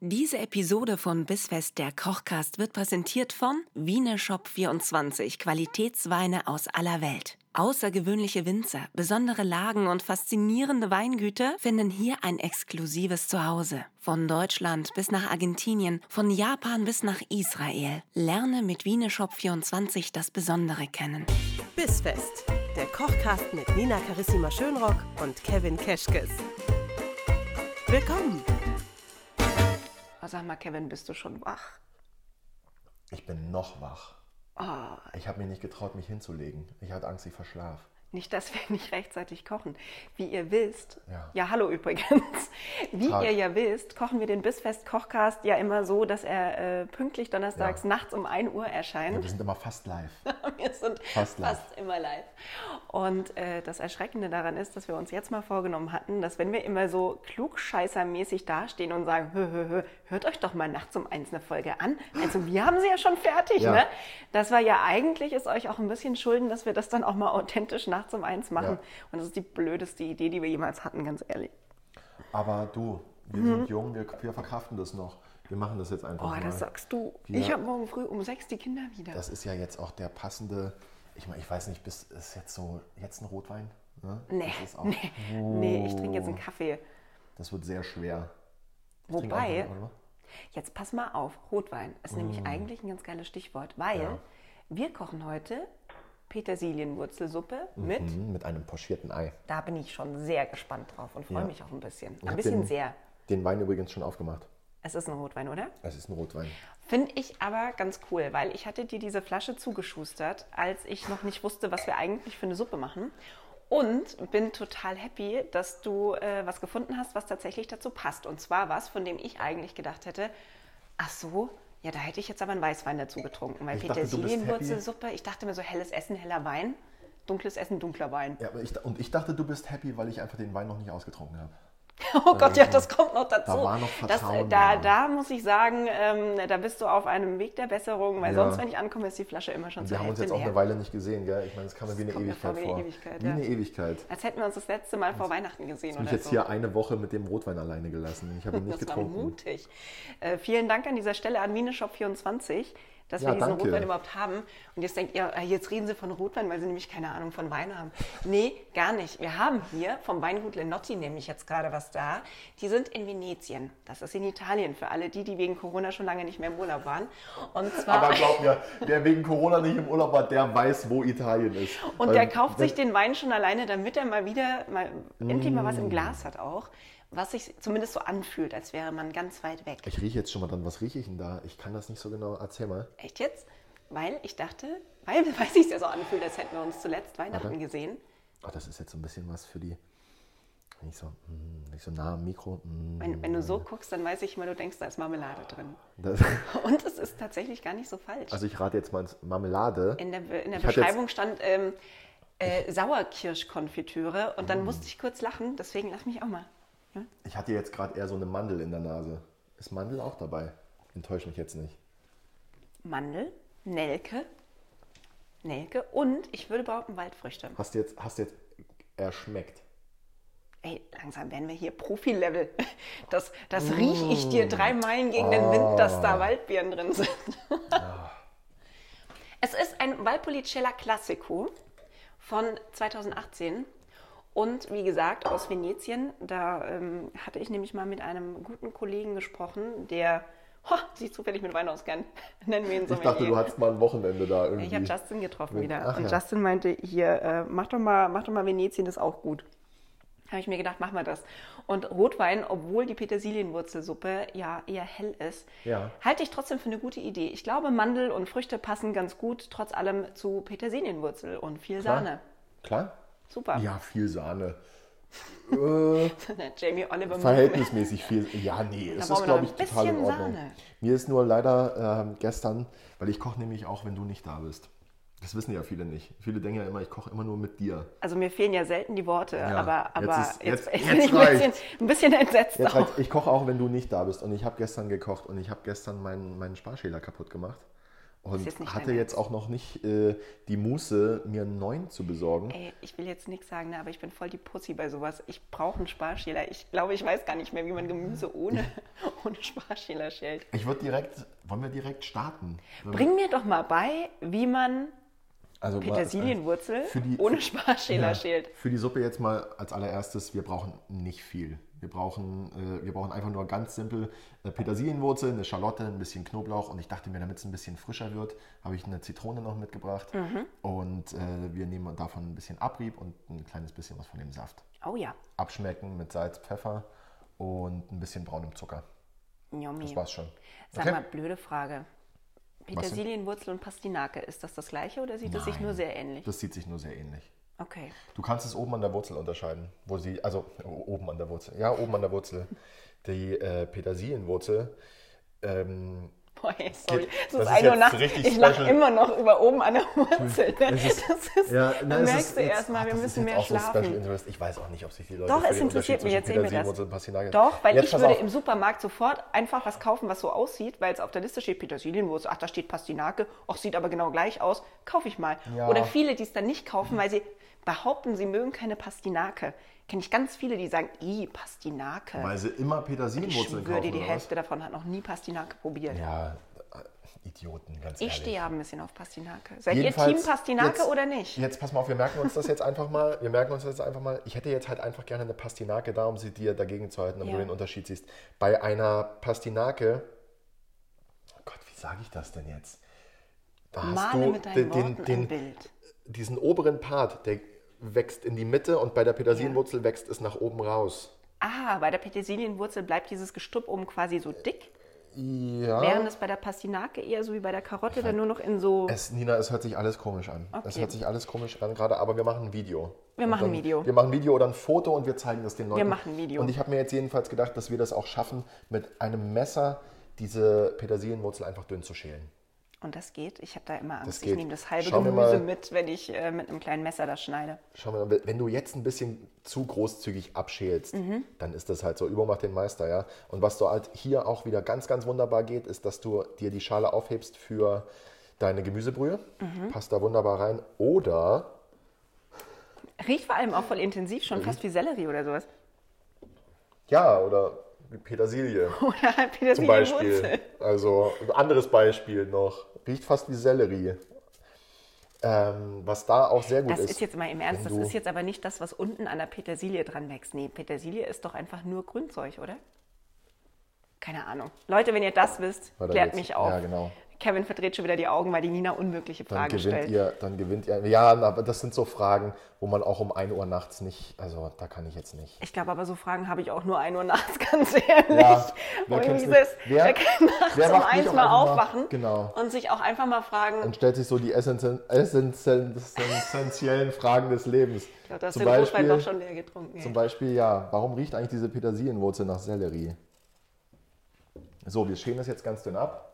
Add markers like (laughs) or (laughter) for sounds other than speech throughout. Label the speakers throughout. Speaker 1: Diese Episode von Bissfest der Kochcast wird präsentiert von Wiener Shop 24, Qualitätsweine aus aller Welt. Außergewöhnliche Winzer, besondere Lagen und faszinierende Weingüter finden hier ein exklusives Zuhause. Von Deutschland bis nach Argentinien, von Japan bis nach Israel. Lerne mit Wiener Shop 24 das Besondere kennen.
Speaker 2: Bissfest, der Kochcast mit Nina Carissima Schönrock und Kevin Keschkes. Willkommen!
Speaker 1: Oh, sag mal, Kevin, bist du schon wach?
Speaker 3: Ich bin noch wach.
Speaker 1: Ah.
Speaker 3: Ich habe mich nicht getraut, mich hinzulegen. Ich hatte Angst, ich verschlaf.
Speaker 1: Nicht, dass wir nicht rechtzeitig kochen. Wie ihr wisst, ja,
Speaker 3: Ja.
Speaker 1: hallo übrigens, wie
Speaker 3: Tag.
Speaker 1: ihr ja wisst, kochen wir den Bissfest-Kochcast ja immer so, dass er äh, pünktlich donnerstags
Speaker 3: Ja.
Speaker 1: nachts um 1 Uhr
Speaker 3: Ja,
Speaker 1: erscheint.
Speaker 3: wir sind immer fast live.
Speaker 1: (laughs) Wir sind fast,
Speaker 3: Fast live.
Speaker 1: immer live. Und äh, das Erschreckende daran ist, dass wir uns jetzt mal vorgenommen hatten, dass wenn wir immer so klugscheißermäßig dastehen und sagen, hö, hö, hö, hört euch doch mal nachts um eins eine Folge an. Also wir haben sie ja schon fertig,
Speaker 3: Ja.
Speaker 1: ne? Das war ja eigentlich, ist euch auch ein bisschen schulden, dass wir das dann auch mal authentisch nachts um eins machen.
Speaker 3: Ja.
Speaker 1: Und das ist die blödeste Idee, die wir jemals hatten, ganz ehrlich.
Speaker 3: Aber du, wir sind jung, wir, wir verkraften das noch. Wir machen das jetzt einfach
Speaker 1: Mhm. Oh,
Speaker 3: mal.
Speaker 1: das sagst du.
Speaker 3: Ja.
Speaker 1: Ich habe morgen früh um sechs die Kinder wieder.
Speaker 3: Das ist ja jetzt auch der passende. Ich meine, ich weiß nicht, bis ist jetzt so jetzt ein Rotwein? Ne?
Speaker 1: nee,
Speaker 3: das, ist auch,
Speaker 1: nee, nee, ich trinke jetzt einen Kaffee.
Speaker 3: das wird sehr schwer. Ich trinke auch
Speaker 1: Wobei,
Speaker 3: noch, warte mal.
Speaker 1: jetzt pass mal auf, Rotwein ist nämlich eigentlich ein ganz geiles Stichwort, weil
Speaker 3: Mm. Ja.
Speaker 1: wir kochen heute Petersilienwurzelsuppe mit,
Speaker 3: Mhm, mit einem pochierten Ei.
Speaker 1: da bin ich schon sehr gespannt drauf und freue
Speaker 3: Ja.
Speaker 1: mich auch ein bisschen.
Speaker 3: Ich
Speaker 1: Ein
Speaker 3: hab
Speaker 1: bisschen
Speaker 3: den,
Speaker 1: sehr.
Speaker 3: Den Wein übrigens schon aufgemacht.
Speaker 1: Es ist ein Rotwein, oder?
Speaker 3: Es ist ein Rotwein.
Speaker 1: Finde ich aber ganz cool, weil ich hatte dir diese Flasche zugeschustert, als ich noch nicht wusste, was wir eigentlich für eine Suppe machen. Und bin total happy, dass du äh, was gefunden hast, was tatsächlich dazu passt. Und zwar was, von dem ich eigentlich gedacht hätte, ach so, ja, da hätte ich jetzt aber einen Weißwein dazu getrunken. Weil
Speaker 3: Ich dachte, du bist happy.
Speaker 1: Petersilienwurzelsuppe, ich dachte mir so, helles Essen, heller Wein, dunkles Essen, dunkler Wein.
Speaker 3: Ja, aber ich, und ich dachte, du bist happy, weil ich einfach den Wein noch nicht ausgetrunken habe.
Speaker 1: Oh Gott, ja, das kommt noch dazu.
Speaker 3: Ähm, war noch
Speaker 1: das, äh,
Speaker 3: Vertrauen
Speaker 1: da,
Speaker 3: da.
Speaker 1: da muss ich sagen, ähm, da bist du auf einem Weg der Besserung, weil
Speaker 3: Ja.
Speaker 1: sonst, wenn ich ankomme, ist die Flasche immer schon zur
Speaker 3: Wir haben uns
Speaker 1: Hälfte
Speaker 3: jetzt auch
Speaker 1: leer.
Speaker 3: eine Weile nicht gesehen, gell? Ich meine, es kam mir wie eine
Speaker 1: kommt mir vor
Speaker 3: Ewigkeit
Speaker 1: wie eine
Speaker 3: vor.
Speaker 1: Ewigkeit,
Speaker 3: wie
Speaker 1: ja.
Speaker 3: eine Ewigkeit.
Speaker 1: Als hätten wir uns das letzte Mal vor Weihnachten gesehen
Speaker 3: Ich habe
Speaker 1: oder
Speaker 3: mich jetzt
Speaker 1: so.
Speaker 3: hier eine Woche mit dem Rotwein alleine gelassen. Ich habe
Speaker 1: (laughs)
Speaker 3: ihn nicht
Speaker 1: das war
Speaker 3: getrunken.
Speaker 1: mutig. Äh, vielen Dank an dieser Stelle an Mineshop24, dass
Speaker 3: Ja,
Speaker 1: wir diesen
Speaker 3: danke.
Speaker 1: Rotwein überhaupt haben. Und jetzt denkt ihr, äh, jetzt reden sie von Rotwein, weil sie nämlich keine Ahnung von Wein haben. Nee, gar nicht. Wir haben hier vom Weingut Lenotti nämlich jetzt gerade was da. Die sind in Venetien. Das ist in Italien für alle die, die wegen Corona schon lange nicht mehr im Urlaub waren. Und zwar...
Speaker 3: Aber glaub mir, wer wegen Corona nicht im Urlaub war, der weiß, wo Italien ist.
Speaker 1: (laughs) Und
Speaker 3: Weil
Speaker 1: der kauft
Speaker 3: wenn-
Speaker 1: sich den Wein schon alleine, damit er mal wieder, mal, endlich mal
Speaker 3: Mm.
Speaker 1: was im Glas hat auch. Was sich zumindest so anfühlt, als wäre man ganz weit weg.
Speaker 3: Ich rieche jetzt schon mal dran. Was rieche ich denn da? Ich kann das nicht so genau. Erzähl mal.
Speaker 1: Echt jetzt? Weil ich dachte, weil, (laughs) weil sich ja so anfühlt, als hätten wir uns zuletzt Weihnachten
Speaker 3: Warte.
Speaker 1: gesehen.
Speaker 3: Ach, das ist jetzt so ein bisschen was für die. Nicht so, mm, nicht so nah am Mikro. mm.
Speaker 1: Wenn, wenn du so guckst, dann weiß ich immer, du denkst, da ist Marmelade drin. (laughs)
Speaker 3: Das, (laughs)
Speaker 1: Und es ist tatsächlich gar nicht so falsch.
Speaker 3: also ich rate jetzt mal ins Marmelade.
Speaker 1: in der, Be- in der
Speaker 3: Ich hatte jetzt-
Speaker 1: Beschreibung stand ähm, äh, Sauerkirschkonfitüre und dann
Speaker 3: Mhm.
Speaker 1: musste ich kurz lachen, deswegen lass mich auch mal.
Speaker 3: Ich hatte jetzt gerade eher so eine Mandel in der Nase. Ist Mandel auch dabei? Enttäusch mich jetzt nicht.
Speaker 1: Mandel, Nelke, Nelke und ich würde behaupten Waldfrüchte.
Speaker 3: Hast du jetzt, hast du jetzt erschmeckt?
Speaker 1: Ey, langsam werden wir hier Profi-Level. (laughs) Das,
Speaker 3: Mm.
Speaker 1: das riech ich dir drei Meilen gegen den Wind, dass
Speaker 3: Oh.
Speaker 1: da Waldbeeren drin sind. (laughs) es ist ein Valpolicella Classico von 2018. Und wie gesagt, aus Venetien. Da ähm, hatte ich nämlich mal mit einem guten Kollegen gesprochen, der ho, sich zufällig mit Wein auskennt. (laughs) Nennen wir ihn so
Speaker 3: Ich dachte, du hattest mal ein Wochenende da irgendwie.
Speaker 1: Ich habe Justin getroffen
Speaker 3: Wenn-
Speaker 1: wieder.
Speaker 3: Ach
Speaker 1: und
Speaker 3: ja.
Speaker 1: Justin meinte, hier, äh, mach, doch mal, mach doch mal Venetien, das ist auch gut. Habe ich mir gedacht, machen wir das. Und Rotwein, obwohl die Petersilienwurzelsuppe ja eher hell ist,
Speaker 3: Ja.
Speaker 1: halte ich trotzdem für eine gute Idee. Ich glaube, Mandel und Früchte passen ganz gut, trotz allem zu Petersilienwurzel und viel
Speaker 3: Klar.
Speaker 1: Sahne.
Speaker 3: Klar?
Speaker 1: Super.
Speaker 3: Ja, viel Sahne. äh,
Speaker 1: (laughs) Jamie Oliver.
Speaker 3: verhältnismäßig viel. Ja, nee,
Speaker 1: Ähm, brauchen
Speaker 3: es ist,
Speaker 1: wir noch
Speaker 3: glaube ich,
Speaker 1: ein
Speaker 3: total in
Speaker 1: bisschen
Speaker 3: Ordnung.
Speaker 1: Sahne.
Speaker 3: Mir ist nur leider ähm, gestern, weil ich koche nämlich auch, wenn du nicht da bist. Das wissen ja viele nicht. Viele denken ja immer, ich koche immer nur mit dir.
Speaker 1: Also mir fehlen ja selten die Worte,
Speaker 3: Ja,
Speaker 1: aber, aber
Speaker 3: jetzt ist-
Speaker 1: (laughs)
Speaker 3: jetzt-
Speaker 1: bin
Speaker 3: jetzt
Speaker 1: ich ein bisschen,
Speaker 3: reicht's.
Speaker 1: ein bisschen entsetzt
Speaker 3: Jetzt
Speaker 1: auch.
Speaker 3: halt, ich koche auch, wenn du nicht da bist. Und ich habe gestern gekocht und ich habe gestern meinen, meinen Sparschäler kaputt gemacht. Und
Speaker 1: jetzt nicht
Speaker 3: hatte
Speaker 1: dein
Speaker 3: jetzt auch noch nicht äh, die Muße, mir einen neuen zu besorgen.
Speaker 1: Ey, ich will jetzt nichts sagen, ne, aber ich bin voll die Pussy bei sowas. Ich brauche einen Sparschäler. Ich glaube, ich weiß gar nicht mehr, wie man Gemüse ohne, (laughs) ohne Sparschäler schält.
Speaker 3: Ich würde direkt, wollen wir direkt starten? Sollen wir-
Speaker 1: Bring mir doch mal bei, wie man
Speaker 3: also mal-
Speaker 1: Petersilienwurzel
Speaker 3: für die-
Speaker 1: ohne
Speaker 3: für-
Speaker 1: Sparschäler schält.
Speaker 3: Für die Suppe jetzt mal als allererstes, wir brauchen nicht viel. Wir brauchen, äh, wir brauchen einfach nur ganz simpel äh, Petersilienwurzel, eine Schalotte, ein bisschen Knoblauch und ich dachte mir, damit es ein bisschen frischer wird, habe ich eine Zitrone noch mitgebracht und äh, wir nehmen davon ein bisschen Abrieb und ein kleines bisschen was von dem Saft.
Speaker 1: Oh ja,
Speaker 3: Abschmecken mit Salz, Pfeffer und ein bisschen braunem Zucker.
Speaker 1: yummy.
Speaker 3: Das war's schon.
Speaker 1: Sag
Speaker 3: Okay?
Speaker 1: mal, blöde Frage. Petersilienwurzel und Pastinake, ist das das gleiche oder sieht es sich nur
Speaker 3: Nein.
Speaker 1: sehr ähnlich?
Speaker 3: Das sieht sich nur sehr ähnlich.
Speaker 1: Okay.
Speaker 3: Du kannst es oben an der Wurzel unterscheiden, wo sie, also o- oben an der Wurzel, ja, oben an der Wurzel. Die äh, Petersilienwurzel, ähm,
Speaker 1: Boah, ey, sorry.
Speaker 3: Geht-
Speaker 1: Es ist
Speaker 3: das ist
Speaker 1: 1 Uhr
Speaker 3: jetzt
Speaker 1: nachts.
Speaker 3: richtig
Speaker 1: Ich lache
Speaker 3: special.
Speaker 1: immer noch über oben an der Wurzel. ne?
Speaker 3: Es ist-
Speaker 1: das ist,
Speaker 3: ja,
Speaker 1: dann
Speaker 3: nein, es
Speaker 1: merkst
Speaker 3: ist
Speaker 1: du
Speaker 3: jetzt-
Speaker 1: erstmal,
Speaker 3: ach,
Speaker 1: wir
Speaker 3: das ist
Speaker 1: müssen
Speaker 3: jetzt
Speaker 1: mehr
Speaker 3: auch so ein Special
Speaker 1: schlafen.
Speaker 3: Interest. Ich weiß auch nicht, ob sich die Leute
Speaker 1: Doch,
Speaker 3: für
Speaker 1: es
Speaker 3: den Unterschied
Speaker 1: interessiert mich.
Speaker 3: zwischen
Speaker 1: Jetzt sehen wir das.
Speaker 3: Petersilienwurzel und Pastinake-
Speaker 1: Doch, weil
Speaker 3: Jetzt
Speaker 1: ich
Speaker 3: pass
Speaker 1: würde
Speaker 3: auf.
Speaker 1: im Supermarkt sofort einfach was kaufen, was so aussieht, weil es auf der Liste steht Petersilienwurzel, ach, da steht Pastinake, ach, sieht aber genau gleich aus, kaufe ich mal.
Speaker 3: Ja.
Speaker 1: Oder viele, die es dann nicht kaufen, weil sie behaupten, sie mögen keine Pastinake. Kenne ich ganz viele, die sagen, i, Pastinake.
Speaker 3: Weil sie immer
Speaker 1: ich
Speaker 3: Petersilienwurzeln
Speaker 1: schwöre
Speaker 3: kaufen,
Speaker 1: dir, die
Speaker 3: oder was?
Speaker 1: Hälfte davon hat noch nie Pastinake probiert.
Speaker 3: Ja, äh, Idioten, ganz
Speaker 1: Ich
Speaker 3: ehrlich.
Speaker 1: stehe ja ein bisschen auf Pastinake. Seid ihr
Speaker 3: Jedenfalls,
Speaker 1: Team Pastinake
Speaker 3: jetzt-
Speaker 1: oder nicht?
Speaker 3: Jetzt pass mal auf, wir merken uns das jetzt einfach mal. Wir merken uns das jetzt einfach mal. Ich hätte jetzt halt einfach gerne eine Pastinake da, um sie dir dagegen zu halten, damit
Speaker 1: Ja.
Speaker 3: du den Unterschied siehst. Bei einer Pastinake. Oh Gott, wie sage ich das denn jetzt? Da hast
Speaker 1: Male
Speaker 3: du
Speaker 1: mit deinen
Speaker 3: den,
Speaker 1: Worten
Speaker 3: den,
Speaker 1: ein
Speaker 3: den,
Speaker 1: Bild.
Speaker 3: diesen oberen Part, der wächst in die Mitte und bei der Petersilienwurzel wächst es nach oben raus.
Speaker 1: Ah, bei der Petersilienwurzel bleibt dieses Gestrüpp oben quasi so dick,
Speaker 3: Ja.
Speaker 1: während es bei der Pastinake eher so wie bei der Karotte dann nur noch in so.
Speaker 3: Es, Nina, es hört sich alles komisch an. Es
Speaker 1: Okay.
Speaker 3: hört sich alles komisch an gerade, aber wir machen ein Video.
Speaker 1: Wir
Speaker 3: Und
Speaker 1: machen ein
Speaker 3: dann,
Speaker 1: Video.
Speaker 3: Wir machen ein Video oder ein Foto und wir zeigen das den Leuten.
Speaker 1: machen ein Video.
Speaker 3: Und ich habe mir jetzt jedenfalls gedacht, dass wir das auch schaffen, mit einem Messer diese Petersilienwurzel einfach dünn zu schälen.
Speaker 1: Und das geht. Ich habe da immer
Speaker 3: Das
Speaker 1: Angst. Ich
Speaker 3: geht.
Speaker 1: nehme das halbe
Speaker 3: Schauen wir
Speaker 1: Gemüse
Speaker 3: mal.
Speaker 1: mit, wenn ich äh, mit einem kleinen Messer das schneide.
Speaker 3: Schau mal, wenn du jetzt ein bisschen zu großzügig abschälst,
Speaker 1: Mhm.
Speaker 3: dann ist das halt so. Übermacht den Meister, ja. Und was so halt hier auch wieder ganz, ganz wunderbar geht, ist, dass du dir die Schale aufhebst für deine Gemüsebrühe.
Speaker 1: Mhm.
Speaker 3: Passt da wunderbar rein. Oder
Speaker 1: Riecht vor allem auch voll intensiv, schon
Speaker 3: Mhm.
Speaker 1: fast wie Sellerie oder sowas. (laughs)
Speaker 3: Ja, oder
Speaker 1: (laughs)
Speaker 3: Petersilie
Speaker 1: Oder halt
Speaker 3: zum
Speaker 1: Petersilienwurzel.
Speaker 3: Beispiel. Also ein anderes Beispiel noch. Riecht fast wie Sellerie. Ähm, was da auch sehr gut
Speaker 1: Das
Speaker 3: ist.
Speaker 1: ist jetzt mal im Ernst,
Speaker 3: wenn
Speaker 1: das
Speaker 3: du-
Speaker 1: ist jetzt aber nicht das, was unten an der Petersilie dran wächst. Nee, Petersilie ist doch einfach nur Grünzeug, oder? Keine Ahnung. Leute, wenn ihr das wisst,
Speaker 3: Weiter
Speaker 1: klärt
Speaker 3: geht's.
Speaker 1: mich auf.
Speaker 3: Ja, genau.
Speaker 1: Kevin verdreht schon wieder die Augen, weil die Nina unmögliche
Speaker 3: Dann
Speaker 1: Fragen
Speaker 3: gewinnt,
Speaker 1: stellt.
Speaker 3: ihr, dann gewinnt ihr. Ja, aber das sind so Fragen, wo man auch um 1 Uhr nachts nicht. Also da kann ich jetzt nicht.
Speaker 1: Ich glaube aber, so Fragen habe ich auch nur 1 Uhr nachts, (laughs) ganz ehrlich.
Speaker 3: Ja, wer
Speaker 1: Und
Speaker 3: kennt's
Speaker 1: dieses,
Speaker 3: nicht?
Speaker 1: wer,
Speaker 3: Wer-
Speaker 1: kann nachts
Speaker 3: wer
Speaker 1: um
Speaker 3: macht nicht
Speaker 1: eins
Speaker 3: um
Speaker 1: mal
Speaker 3: eins mal-
Speaker 1: aufwachen
Speaker 3: Genau.
Speaker 1: und sich auch einfach mal fragen,
Speaker 3: Und stellt sich so die essenzen- essenzen- essentiellen Fragen des Lebens.
Speaker 1: ich glaube, da hast du
Speaker 3: zum,
Speaker 1: den Rotwein doch
Speaker 3: Beispiel,
Speaker 1: schon leer getrunken.
Speaker 3: zum
Speaker 1: Ey.
Speaker 3: Beispiel, ja, warum riecht eigentlich diese Petersilienwurzel nach Sellerie? So, wir schälen das jetzt ganz dünn ab.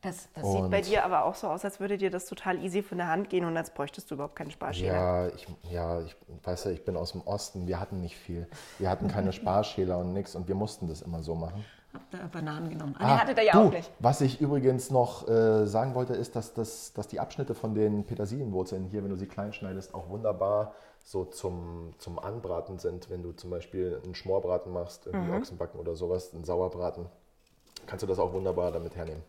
Speaker 1: Das, das sieht bei
Speaker 3: Und-
Speaker 1: dir aber auch so aus, als würde dir das total easy von der Hand gehen und als bräuchtest du überhaupt keinen Sparschäler.
Speaker 3: Ja, ich, ja, ich weiß ja, ich bin aus dem Osten, wir hatten nicht viel. Wir hatten keine Sparschäler und nix und wir mussten das immer so machen.
Speaker 1: Hab da Bananen genommen. Ah, nee, hatte der ja
Speaker 3: du,
Speaker 1: auch nicht.
Speaker 3: Was ich übrigens noch äh, sagen wollte, ist, dass, das, dass die Abschnitte von den Petersilienwurzeln hier, wenn du sie klein schneidest, auch wunderbar so zum, zum Anbraten sind. Wenn du zum Beispiel einen Schmorbraten machst, irgendwie
Speaker 1: Mhm.
Speaker 3: Ochsenbacken oder sowas, einen Sauerbraten, kannst du das auch wunderbar damit hernehmen.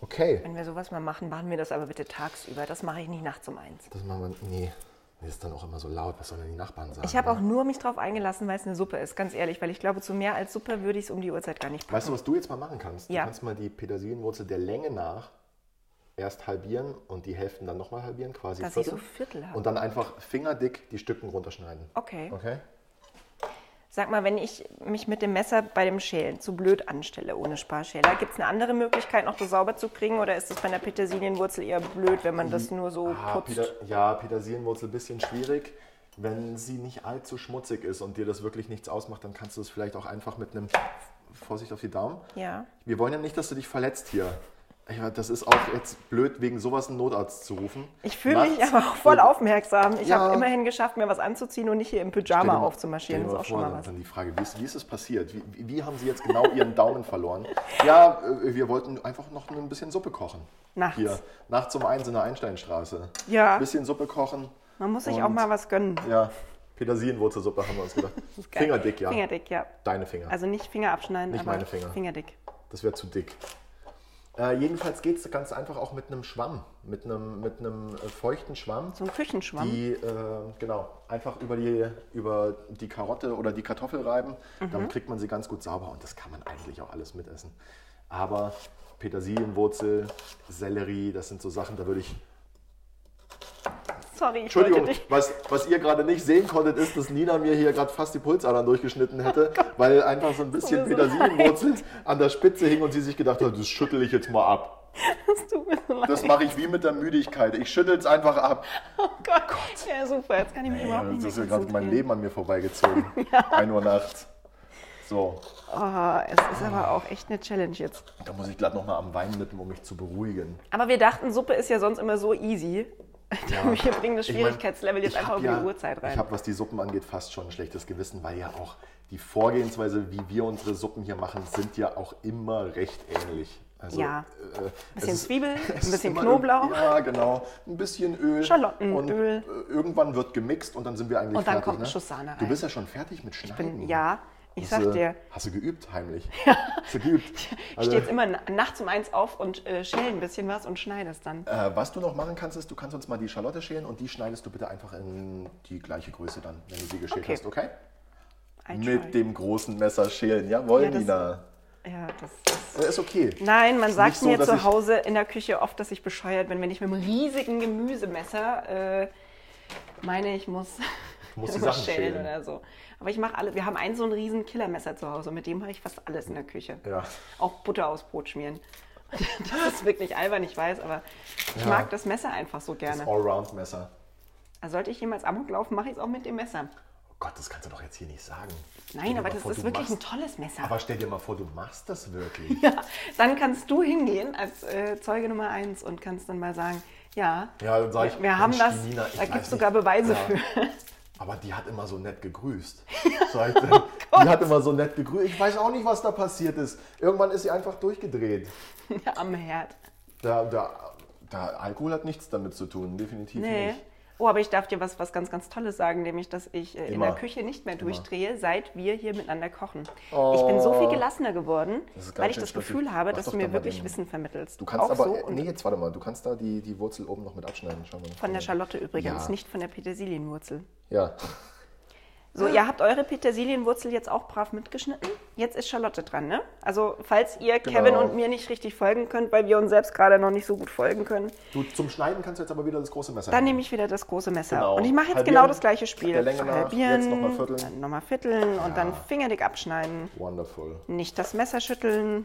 Speaker 3: Okay.
Speaker 1: Wenn wir sowas mal machen, machen wir das aber bitte tagsüber. Das mache ich nicht nachts um eins.
Speaker 3: Das machen wir. Nee. Das ist dann auch immer so laut. Was sollen denn die Nachbarn sagen?
Speaker 1: Ich habe
Speaker 3: ne?
Speaker 1: auch nur mich drauf eingelassen, weil es eine Suppe ist, ganz ehrlich. Weil ich glaube, zu mehr als Suppe würde ich es um die Uhrzeit gar nicht packen.
Speaker 3: Weißt du, was du jetzt mal machen kannst?
Speaker 1: Ja.
Speaker 3: Du kannst mal die Petersilienwurzel der Länge nach erst halbieren und die Hälften dann nochmal halbieren, quasi
Speaker 1: Dass ich so Viertel habe.
Speaker 3: Und dann einfach fingerdick die Stücken runterschneiden.
Speaker 1: Okay.
Speaker 3: Okay?
Speaker 1: Sag mal, wenn ich mich mit dem Messer bei dem Schälen zu blöd anstelle ohne Sparschäler, gibt es eine andere Möglichkeit, noch das sauber zu kriegen? Oder ist es bei einer Petersilienwurzel eher blöd, wenn man das nur so
Speaker 3: Ah,
Speaker 1: putzt?
Speaker 3: Peter, ja, Petersilienwurzel ein bisschen schwierig. Wenn sie nicht allzu schmutzig ist und dir das wirklich nichts ausmacht, dann kannst du es vielleicht auch einfach mit einem Vorsicht auf die Daumen.
Speaker 1: Ja.
Speaker 3: Wir wollen ja nicht, dass du dich verletzt hier. Ja, das ist auch jetzt blöd, wegen sowas einen Notarzt zu rufen.
Speaker 4: Ich fühle mich
Speaker 3: Nachts.
Speaker 4: aber auch voll
Speaker 3: Und
Speaker 4: aufmerksam. Ich
Speaker 3: Oh. Ja.
Speaker 4: habe immerhin geschafft, mir was anzuziehen und nicht hier im
Speaker 3: stell
Speaker 4: Pyjama
Speaker 3: dir mal-
Speaker 4: aufzumarschieren.
Speaker 3: stell
Speaker 4: Das ist
Speaker 3: dir
Speaker 4: auch schon
Speaker 3: vor,
Speaker 4: mal
Speaker 3: dann,
Speaker 4: was.
Speaker 3: dann die Frage, wie ist, wie ist es passiert? Wie, wie, wie haben Sie jetzt genau Ihren Daumen verloren? Ja, äh, wir wollten einfach noch ein bisschen Suppe kochen.
Speaker 4: Nachts.
Speaker 3: Hier, nachts um eins in der Einsteinstraße.
Speaker 4: Ja.
Speaker 3: bisschen Suppe kochen.
Speaker 4: Man muss sich auch
Speaker 3: Und-
Speaker 4: mal was gönnen.
Speaker 3: Ja, Petersilienwurzelsuppe haben wir
Speaker 4: (laughs)
Speaker 3: uns gedacht.
Speaker 4: Geil.
Speaker 3: Fingerdick, ja.
Speaker 4: Fingerdick, ja.
Speaker 3: Deine Finger.
Speaker 4: Also nicht Finger abschneiden,
Speaker 3: Nicht
Speaker 4: aber
Speaker 3: meine Finger.
Speaker 4: Fingerdick.
Speaker 3: Das wäre zu dick. Äh, jedenfalls geht es ganz einfach auch mit einem Schwamm, mit einem, mit einem äh, feuchten Schwamm,
Speaker 4: So ein Küchenschwamm.
Speaker 3: die äh, genau einfach über die, über die Karotte oder die Kartoffel reiben. Dann kriegt man sie ganz gut sauber und das kann man eigentlich auch alles mitessen. Aber Petersilienwurzel, Sellerie, das sind so Sachen, da würde ich.
Speaker 4: Sorry, ich
Speaker 3: Entschuldigung,
Speaker 4: wollte dich.
Speaker 3: was, was ihr gerade nicht sehen konntet, ist, dass Nina mir hier gerade fast die Pulsadern durchgeschnitten hätte, weil einfach so ein
Speaker 4: tut
Speaker 3: bisschen
Speaker 4: mir so
Speaker 3: Petersilienwurzel an der Spitze hing und sie sich gedacht hat, das schüttel ich jetzt mal ab.
Speaker 4: Es tut mir so leid.
Speaker 3: Das mache ich wie mit der Müdigkeit. Ich schüttel's einfach ab.
Speaker 4: Oh Gott. Ja, super. Jetzt kann ich mich
Speaker 3: Ja,
Speaker 4: überhaupt nicht
Speaker 3: das
Speaker 4: mehr
Speaker 3: ist ja gerade mein
Speaker 4: konzentrieren.
Speaker 3: Leben an
Speaker 4: (laughs)
Speaker 3: mir vorbeigezogen. 1 Uhr nachts. So,
Speaker 4: Oh, es ist aber auch echt eine Challenge jetzt.
Speaker 3: da muss ich glatt noch mal am Wein nippen, um mich zu beruhigen.
Speaker 4: Aber wir dachten, Suppe ist ja sonst immer so easy. (laughs) Wir bringen das
Speaker 3: Ich mein,
Speaker 4: Schwierigkeitslevel jetzt
Speaker 3: ich
Speaker 4: einfach
Speaker 3: hab
Speaker 4: um die Uhrzeit rein.
Speaker 3: Ich habe, was die Suppen angeht, fast schon ein schlechtes Gewissen, weil ja auch die Vorgehensweise, wie wir unsere Suppen hier machen, sind ja auch immer recht ähnlich. Also,
Speaker 4: Ja.
Speaker 3: äh, es
Speaker 4: Bisschen Zwiebeln,
Speaker 3: (laughs) es
Speaker 4: ein
Speaker 3: ist
Speaker 4: bisschen
Speaker 3: immer
Speaker 4: Knoblauch.
Speaker 3: irgend- Ja, genau. Ein bisschen Öl.
Speaker 4: Schalottenöl.
Speaker 3: Und äh, irgendwann wird gemixt und dann sind wir eigentlich
Speaker 4: Und dann
Speaker 3: fertig.
Speaker 4: kommt ein
Speaker 3: ne?
Speaker 4: Schuss Sahne rein.
Speaker 3: Du bist ja schon fertig mit Schneiden.
Speaker 4: bin, ja, ich
Speaker 3: Hast
Speaker 4: sag
Speaker 3: du-
Speaker 4: dir,
Speaker 3: Hast du
Speaker 4: (laughs)
Speaker 3: geübt heimlich? Ja. Hast du geübt? Also,
Speaker 4: ich stehe jetzt immer na- nachts um eins auf und äh, schäle ein bisschen was und schneide es dann.
Speaker 3: Äh, was du noch machen kannst, ist, du kannst uns mal die Schalotte schälen und die schneidest du bitte einfach in die gleiche Größe dann, wenn du sie geschält
Speaker 4: Okay.
Speaker 3: hast, okay?
Speaker 4: I try.
Speaker 3: Mit dem großen Messer schälen, jawohl,
Speaker 4: Ja, das-
Speaker 3: Nina.
Speaker 4: Ja, das ist
Speaker 3: Das ist okay.
Speaker 4: Nein, man sagt
Speaker 3: nicht so,
Speaker 4: mir
Speaker 3: dass
Speaker 4: zu
Speaker 3: ich-
Speaker 4: Hause in der Küche oft, dass ich bescheuert bin, wenn ich mit einem riesigen Gemüsemesser äh, meine, ich muss, (laughs)
Speaker 3: musst die
Speaker 4: irgendwas
Speaker 3: Sachen schälen.
Speaker 4: oder so. Aber ich mache alle. Wir haben einen so einen riesen Killermesser zu Hause. und Mit dem mache ich fast alles in der Küche.
Speaker 3: Ja.
Speaker 4: Auch Butter aus Brot schmieren. (laughs) Das ist wirklich albern, ich weiß, aber ich
Speaker 3: Ja.
Speaker 4: mag das Messer einfach so gerne.
Speaker 3: Das Allround-Messer.
Speaker 4: Also sollte ich jemals Amok laufen, mache ich es auch mit dem Messer.
Speaker 3: Oh Gott, das kannst du doch jetzt hier nicht sagen. Stell
Speaker 4: Nein,
Speaker 3: dir
Speaker 4: aber
Speaker 3: mal
Speaker 4: das
Speaker 3: vor,
Speaker 4: ist
Speaker 3: du
Speaker 4: wirklich ein
Speaker 3: machst,
Speaker 4: tolles Messer.
Speaker 3: Aber stell dir mal vor, du machst das wirklich.
Speaker 4: (laughs) Ja, dann kannst du hingehen als äh, Zeuge Nummer eins und kannst dann mal sagen, ja,
Speaker 3: Ja, dann sag ich,
Speaker 4: wir,
Speaker 3: Mensch,
Speaker 4: haben das,
Speaker 3: Nina, ich
Speaker 4: da
Speaker 3: weiß
Speaker 4: gibt es
Speaker 3: nicht.
Speaker 4: sogar Beweise
Speaker 3: Ja.
Speaker 4: für. (laughs)
Speaker 3: Aber die hat immer so nett gegrüßt.
Speaker 4: Oh
Speaker 3: So heißt das. die hat immer so nett gegrüßt. Ich weiß auch nicht, was da passiert ist. Irgendwann ist sie einfach durchgedreht.
Speaker 4: Ja, am Herd.
Speaker 3: Da, da, da Alkohol hat nichts damit zu tun, definitiv
Speaker 4: Nee.
Speaker 3: nicht.
Speaker 4: Oh, aber ich darf dir was, was ganz, ganz Tolles sagen, nämlich, dass ich äh, in
Speaker 3: Immer. Oh.
Speaker 4: der Küche nicht mehr durchdrehe, seit wir hier miteinander kochen. Ich bin so viel gelassener geworden,
Speaker 3: Das ist ganz
Speaker 4: weil ich
Speaker 3: schön
Speaker 4: das
Speaker 3: stressig.
Speaker 4: Gefühl habe,
Speaker 3: Mach
Speaker 4: dass
Speaker 3: doch
Speaker 4: du
Speaker 3: dann
Speaker 4: mir
Speaker 3: mal
Speaker 4: wirklich
Speaker 3: den-
Speaker 4: Wissen vermittelst.
Speaker 3: Du kannst
Speaker 4: Auch
Speaker 3: aber,
Speaker 4: so
Speaker 3: äh,
Speaker 4: und
Speaker 3: nee, jetzt warte mal, du kannst da die, die Wurzel oben noch mit abschneiden. Schau mal.
Speaker 4: von der Schalotte übrigens,
Speaker 3: Ja.
Speaker 4: nicht von der Petersilienwurzel.
Speaker 3: Ja.
Speaker 4: So, ihr habt eure Petersilienwurzel jetzt auch brav mitgeschnitten. Jetzt ist Charlotte dran, ne? Also, falls ihr
Speaker 3: Genau.
Speaker 4: Kevin und mir nicht richtig folgen könnt, weil wir uns selbst gerade noch nicht so gut folgen können,
Speaker 3: Du, zum Schneiden kannst du jetzt aber wieder das große Messer
Speaker 4: dann
Speaker 3: nehmen.
Speaker 4: nehme ich wieder das große Messer.
Speaker 3: Genau.
Speaker 4: Und ich mache jetzt
Speaker 3: Halbieren,
Speaker 4: genau das gleiche Spiel.
Speaker 3: der Länge nach, jetzt noch mal vierteln.
Speaker 4: dann nochmal vierteln und dann fingerdick abschneiden.
Speaker 3: Wonderful.
Speaker 4: Nicht das Messer schütteln,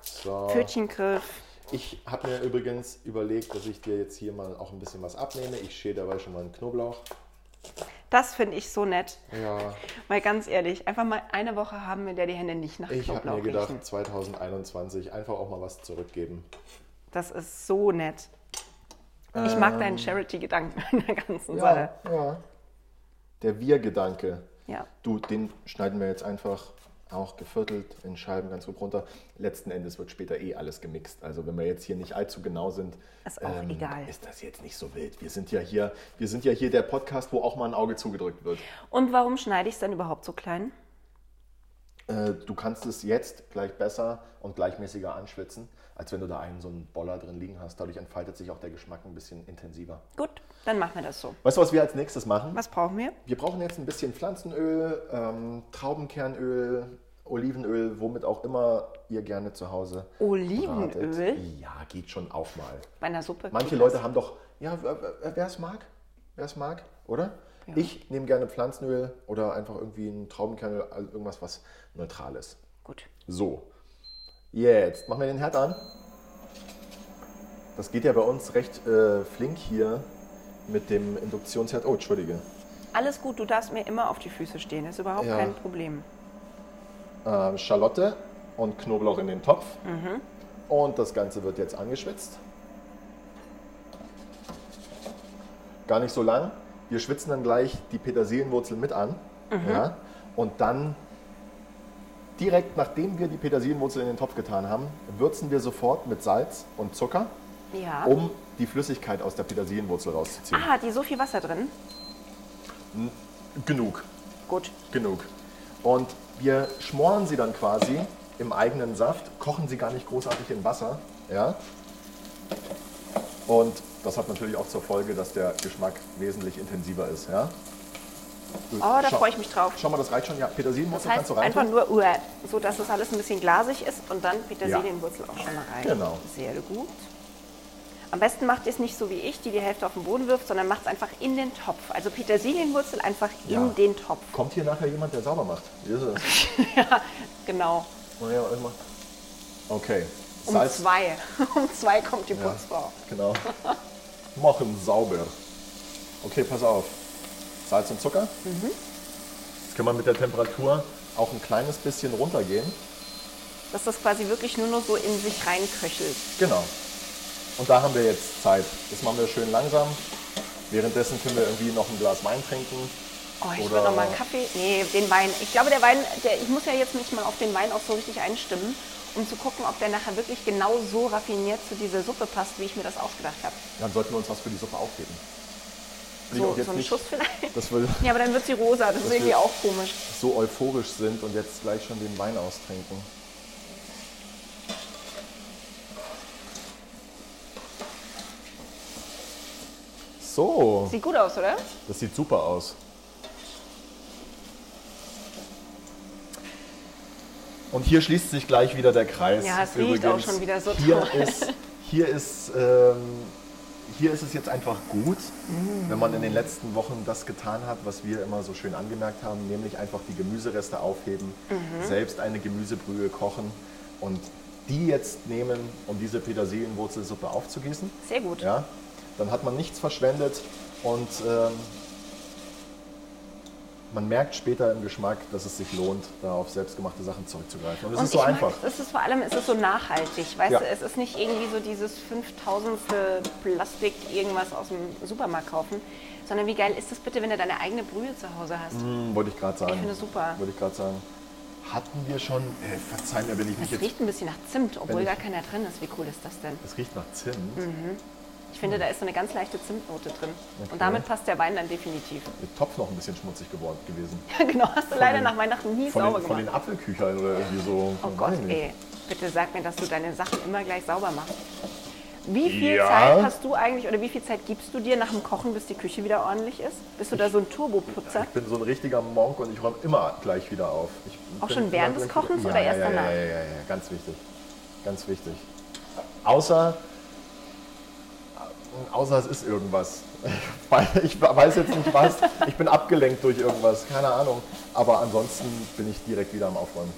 Speaker 3: So.
Speaker 4: Pfötchengriff.
Speaker 3: Ich habe mir übrigens überlegt, dass ich dir jetzt hier mal auch ein bisschen was abnehme. Ich schäle dabei schon mal einen Knoblauch.
Speaker 4: Das finde ich so nett.
Speaker 3: Ja.
Speaker 4: Weil ganz ehrlich, einfach mal eine Woche haben, in der die Hände nicht nach
Speaker 3: Ich habe
Speaker 4: Knoblauch
Speaker 3: mir gedacht,
Speaker 4: riechen.
Speaker 3: 2021 einfach auch mal was zurückgeben.
Speaker 4: Das ist so nett. Ich mag deinen Charity-Gedanken in der ganzen Sache.
Speaker 3: Ähm. ja. Der Wir-Gedanke.
Speaker 4: Ja.
Speaker 3: Du, den schneiden wir jetzt einfach auch geviertelt in Scheiben ganz grob runter. Letzten Endes wird später eh alles gemixt. Also wenn wir jetzt hier nicht allzu genau sind,
Speaker 4: Ist auch egal.
Speaker 3: ist das jetzt nicht so wild. Wir sind ja hier, wir sind ja hier der Podcast, wo auch mal ein Auge zugedrückt wird.
Speaker 4: Und warum schneide ich es dann überhaupt so klein?
Speaker 3: Äh, du kannst es jetzt gleich besser und gleichmäßiger anschwitzen, als wenn du da einen so einen Boller drin liegen hast. Dadurch entfaltet sich auch der Geschmack ein bisschen intensiver.
Speaker 4: Gut, dann machen wir das so.
Speaker 3: Weißt du, was wir als nächstes machen?
Speaker 4: Was brauchen wir?
Speaker 3: Wir brauchen jetzt ein bisschen Pflanzenöl, ähm, Traubenkernöl, Olivenöl, womit auch immer ihr gerne zu Hause.
Speaker 4: Olivenöl?
Speaker 3: bratet. Ja, geht schon auch mal.
Speaker 4: Bei einer Suppe.
Speaker 3: Manche
Speaker 4: geht
Speaker 3: Leute haben doch, ja, wer es mag, wer es mag, oder? Ich nehme gerne Pflanzenöl oder einfach irgendwie ein Traubenkernöl, also irgendwas, was neutral ist.
Speaker 4: das. Gut.
Speaker 3: So, jetzt machen wir den Herd an. Das geht ja bei uns recht äh, flink hier mit dem Induktionsherd. Oh, entschuldige.
Speaker 4: Alles gut, du darfst mir immer auf die Füße stehen. Ist überhaupt
Speaker 3: Ja.
Speaker 4: kein Problem.
Speaker 3: Ähm, Charlotte und Knoblauch in den Topf. Und das Ganze wird jetzt angeschwitzt. Gar nicht so lang. Wir schwitzen dann gleich die Petersilienwurzel mit an. Ja? Und dann direkt nachdem wir die Petersilienwurzel in den Topf getan haben, würzen wir sofort mit Salz und Zucker,
Speaker 1: Ah.
Speaker 4: Ja.
Speaker 3: um die Flüssigkeit aus der Petersilienwurzel rauszuziehen.
Speaker 4: Ah, hat die so viel Wasser drin?
Speaker 3: Genug.
Speaker 4: Gut.
Speaker 3: genug. Und wir schmoren sie dann quasi im eigenen Saft, kochen sie gar nicht großartig in Wasser. Ja? Und das hat natürlich auch zur Folge, dass der Geschmack wesentlich intensiver ist. Ja? Oh,
Speaker 4: da freue ich mich drauf.
Speaker 3: Schau mal, das reicht schon. Ja, Petersilienwurzel
Speaker 4: Das heißt
Speaker 3: kannst du
Speaker 4: einfach
Speaker 3: reintun.
Speaker 4: nur Uhr, so dass das alles ein bisschen glasig ist und dann Petersilienwurzel auch schon mal rein.
Speaker 3: Genau.
Speaker 4: Sehr gut. Am besten macht ihr es nicht so wie ich, die die Hälfte auf den Boden wirft, sondern macht es einfach in den Topf. Also Petersilienwurzel einfach
Speaker 3: Ja.
Speaker 4: in den Topf.
Speaker 3: Kommt hier nachher jemand, der sauber macht? Wie ist das?
Speaker 4: ja, genau.
Speaker 3: Oh ja, irgendwann. Okay.
Speaker 4: Um zwei. (laughs) um zwei kommt die Putzfrau.
Speaker 3: Genau. Machen sauber. Okay, pass auf. Salz und Zucker.
Speaker 4: Mhm.
Speaker 3: Jetzt kann man mit der Temperatur auch ein kleines bisschen runtergehen.
Speaker 4: Dass das quasi wirklich nur noch so in sich reinköchelt.
Speaker 3: Genau. Und da haben wir jetzt Zeit. Das machen wir schön langsam. Währenddessen können wir irgendwie noch ein Glas Wein trinken.
Speaker 4: Oh, ich
Speaker 3: Oder-
Speaker 4: will noch mal einen Kaffee. Nee, den Wein. Ich glaube, der Wein, der, ich muss ja jetzt mich mal auf den Wein auch so richtig einstimmen, um zu gucken, ob der nachher wirklich genau so raffiniert zu dieser Suppe passt, wie ich mir das ausgedacht habe.
Speaker 3: Dann sollten wir uns was für die Suppe aufgeben. Will ich
Speaker 4: So,
Speaker 3: auch jetzt
Speaker 4: so einen
Speaker 3: nicht,
Speaker 4: Schuss vielleicht.
Speaker 3: dass wir
Speaker 4: Ja, aber dann wird sie rosa. Das ist
Speaker 3: Das
Speaker 4: irgendwie
Speaker 3: wird-
Speaker 4: auch komisch.
Speaker 3: so euphorisch sind und jetzt gleich schon den Wein austrinken. So.
Speaker 4: Sieht gut aus, oder?
Speaker 3: Das sieht super aus. Und hier schließt sich gleich wieder der Kreis.
Speaker 4: Ja, es riecht auch schon wieder so
Speaker 3: Hier
Speaker 4: toll.
Speaker 3: ist, hier ist, ähm, hier ist es jetzt einfach gut,
Speaker 4: Mm.
Speaker 3: wenn man in den letzten Wochen das getan hat, was wir immer so schön angemerkt haben, nämlich einfach die Gemüsereste aufheben,
Speaker 4: Mhm.
Speaker 3: selbst eine Gemüsebrühe kochen und die jetzt nehmen, um diese Petersilienwurzelsuppe aufzugießen.
Speaker 4: Sehr gut.
Speaker 3: Ja, dann hat man nichts verschwendet und ähm, man merkt später im Geschmack, dass es sich lohnt, da auf selbstgemachte Sachen zurückzugreifen. Und es ist so
Speaker 4: ich mag
Speaker 3: einfach.
Speaker 4: Es ist vor allem es ist so nachhaltig, weißt
Speaker 3: Ja.
Speaker 4: du, es ist nicht irgendwie so dieses 5000 Plastik irgendwas aus dem Supermarkt kaufen, sondern wie geil ist das bitte, wenn du deine eigene Brühe zu Hause hast?
Speaker 3: Hm, wollte ich gerade sagen.
Speaker 4: Ich finde es super.
Speaker 3: Wollte ich gerade sagen. Hatten wir schon, äh, verzeih mir, wenn ich mich
Speaker 4: Es
Speaker 3: jetzt.
Speaker 4: riecht ein bisschen nach Zimt, obwohl
Speaker 3: ich-
Speaker 4: gar keiner drin ist. Wie cool ist das denn?
Speaker 3: Es riecht nach Zimt.
Speaker 4: Hm. Ich finde, da ist so eine ganz leichte Zimtnote drin.
Speaker 3: Okay.
Speaker 4: Und damit passt der Wein dann definitiv. (laughs)
Speaker 3: Der Topf noch ein bisschen schmutzig geworden gewesen.
Speaker 4: genau, hast du leider
Speaker 3: den-
Speaker 4: nach Weihnachten nie
Speaker 3: Von
Speaker 4: sauber
Speaker 3: den, von den
Speaker 4: gemacht.
Speaker 3: Apfelküchern oder irgendwie so.
Speaker 4: Oh Gott, ey. Bitte sag mir, dass du deine Sachen immer gleich sauber machst. Wie viel
Speaker 3: Ja.
Speaker 4: Zeit hast du eigentlich oder wie viel Zeit gibst du dir nach dem Kochen, bis die Küche wieder ordentlich ist? Bist du da so ein Turboputzer?
Speaker 3: Ich bin so ein richtiger Monk und ich räume immer gleich wieder auf. Ich
Speaker 4: Auch
Speaker 3: bin
Speaker 4: schon
Speaker 3: immer
Speaker 4: während
Speaker 3: gleich
Speaker 4: des Kochens
Speaker 3: wieder-
Speaker 4: oder erst
Speaker 3: ja,
Speaker 4: danach?
Speaker 3: Ja, ja, ja, ja, ganz wichtig. Ganz wichtig. Außer, außer es ist irgendwas. Weil Ich weiß jetzt nicht was. Ich bin abgelenkt durch irgendwas. Keine Ahnung. Aber ansonsten bin ich direkt wieder am Aufräumen.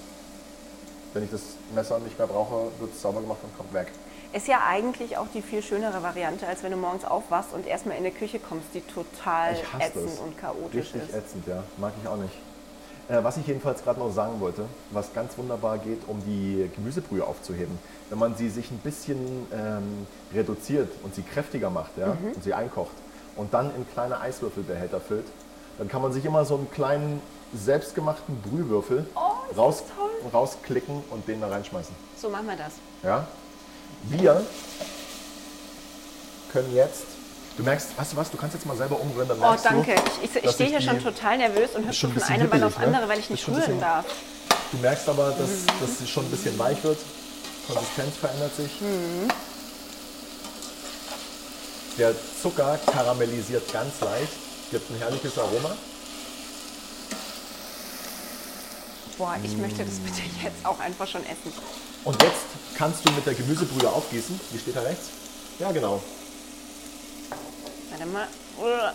Speaker 3: Wenn ich das Messer nicht mehr brauche, wird es sauber gemacht und kommt weg.
Speaker 4: Ist ja eigentlich auch die viel schönere Variante, als wenn du morgens aufwachst und erstmal in die Küche kommst, die total
Speaker 3: Ich hasse
Speaker 4: ätzend
Speaker 3: das.
Speaker 4: und chaotisch
Speaker 3: Richtig
Speaker 4: ist.
Speaker 3: ätzend, ja. Mag ich auch nicht. Äh, was ich jedenfalls gerade noch sagen wollte, was ganz wunderbar geht, um die Gemüsebrühe aufzuheben. Wenn man sie sich ein bisschen ähm, reduziert und sie kräftiger macht ja,
Speaker 4: Mhm.
Speaker 3: und sie einkocht und dann in kleine Eiswürfelbehälter füllt, dann kann man sich immer so einen kleinen selbstgemachten Brühwürfel
Speaker 4: Oh, ist
Speaker 3: raus,
Speaker 4: das toll.
Speaker 3: rausklicken und den da reinschmeißen.
Speaker 4: So machen wir das.
Speaker 3: Ja? Wir können jetzt. Du merkst, weißt du was, du kannst jetzt mal selber umrühren, dann
Speaker 4: Oh,
Speaker 3: merkst
Speaker 4: danke.
Speaker 3: du,
Speaker 4: Ich, ich, ich
Speaker 3: dass
Speaker 4: stehe
Speaker 3: ich
Speaker 4: hier schon
Speaker 3: die-
Speaker 4: total nervös und hüpfe
Speaker 3: schon ein
Speaker 4: von
Speaker 3: bisschen
Speaker 4: einem Bein aufs
Speaker 3: hibbelig, ne?
Speaker 4: andere, weil ich nicht
Speaker 3: Ist schon ein
Speaker 4: rühren
Speaker 3: bisschen-
Speaker 4: darf.
Speaker 3: Du merkst aber, dass, dass es schon ein bisschen weich wird. Konsistenz verändert sich. Der Zucker karamellisiert ganz leicht, gibt ein herrliches Aroma.
Speaker 4: Boah, ich möchte das bitte jetzt auch einfach schon essen.
Speaker 3: Und jetzt kannst du mit der Gemüsebrühe aufgießen. Die steht da rechts. Ja, genau.
Speaker 4: Warte mal. Uah.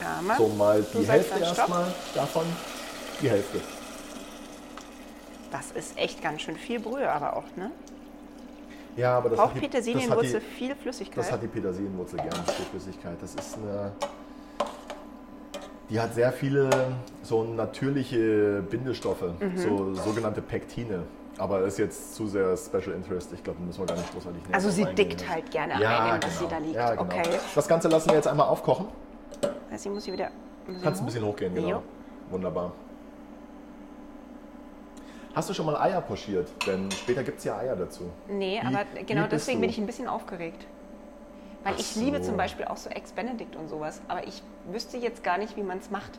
Speaker 4: Ja, mal.
Speaker 3: So mal
Speaker 4: Du
Speaker 3: die
Speaker 4: sagst
Speaker 3: Hälfte
Speaker 4: dann Stopp.
Speaker 3: erstmal davon. Die Hälfte.
Speaker 4: Das ist echt ganz schön viel Brühe, aber auch, ne?
Speaker 3: Ja, aber das
Speaker 4: Braucht
Speaker 3: hat die,
Speaker 4: Petersilienwurzel
Speaker 3: Das hat
Speaker 4: viel
Speaker 3: die, das
Speaker 4: Flüssigkeit?
Speaker 3: hat die Petersilienwurzel gerne, die Flüssigkeit. Das ist eine. Die hat
Speaker 4: Mhm.
Speaker 3: sehr viele so natürliche Bindestoffe, so sogenannte Pektine. Aber das ist jetzt zu sehr Special Interest. Ich glaube, da müssen wir gar nicht großartig näher
Speaker 4: Also
Speaker 3: drauf
Speaker 4: sie
Speaker 3: eingehen.
Speaker 4: dickt halt gerne ein,
Speaker 3: Ja,
Speaker 4: in was sie da
Speaker 3: genau.
Speaker 4: liegt.
Speaker 3: Ja, genau.
Speaker 4: Okay.
Speaker 3: Das Ganze lassen wir jetzt einmal aufkochen.
Speaker 4: Also ich muss sie wieder. muss ich
Speaker 3: Kannst ein
Speaker 4: hoch?
Speaker 3: bisschen hochgehen, genau.
Speaker 4: Jo.
Speaker 3: Wunderbar. Hast du schon mal Eier pochiert? Denn später gibt es ja Eier dazu.
Speaker 4: Nee,
Speaker 3: Wie-
Speaker 4: aber
Speaker 3: wie
Speaker 4: genau
Speaker 3: bist
Speaker 4: deswegen
Speaker 3: du?
Speaker 4: bin ich ein bisschen aufgeregt. Weil
Speaker 3: Ach
Speaker 4: ich liebe
Speaker 3: so.
Speaker 4: zum Beispiel auch so Ex-Benedict und sowas, aber ich wüsste jetzt gar nicht, wie man es macht.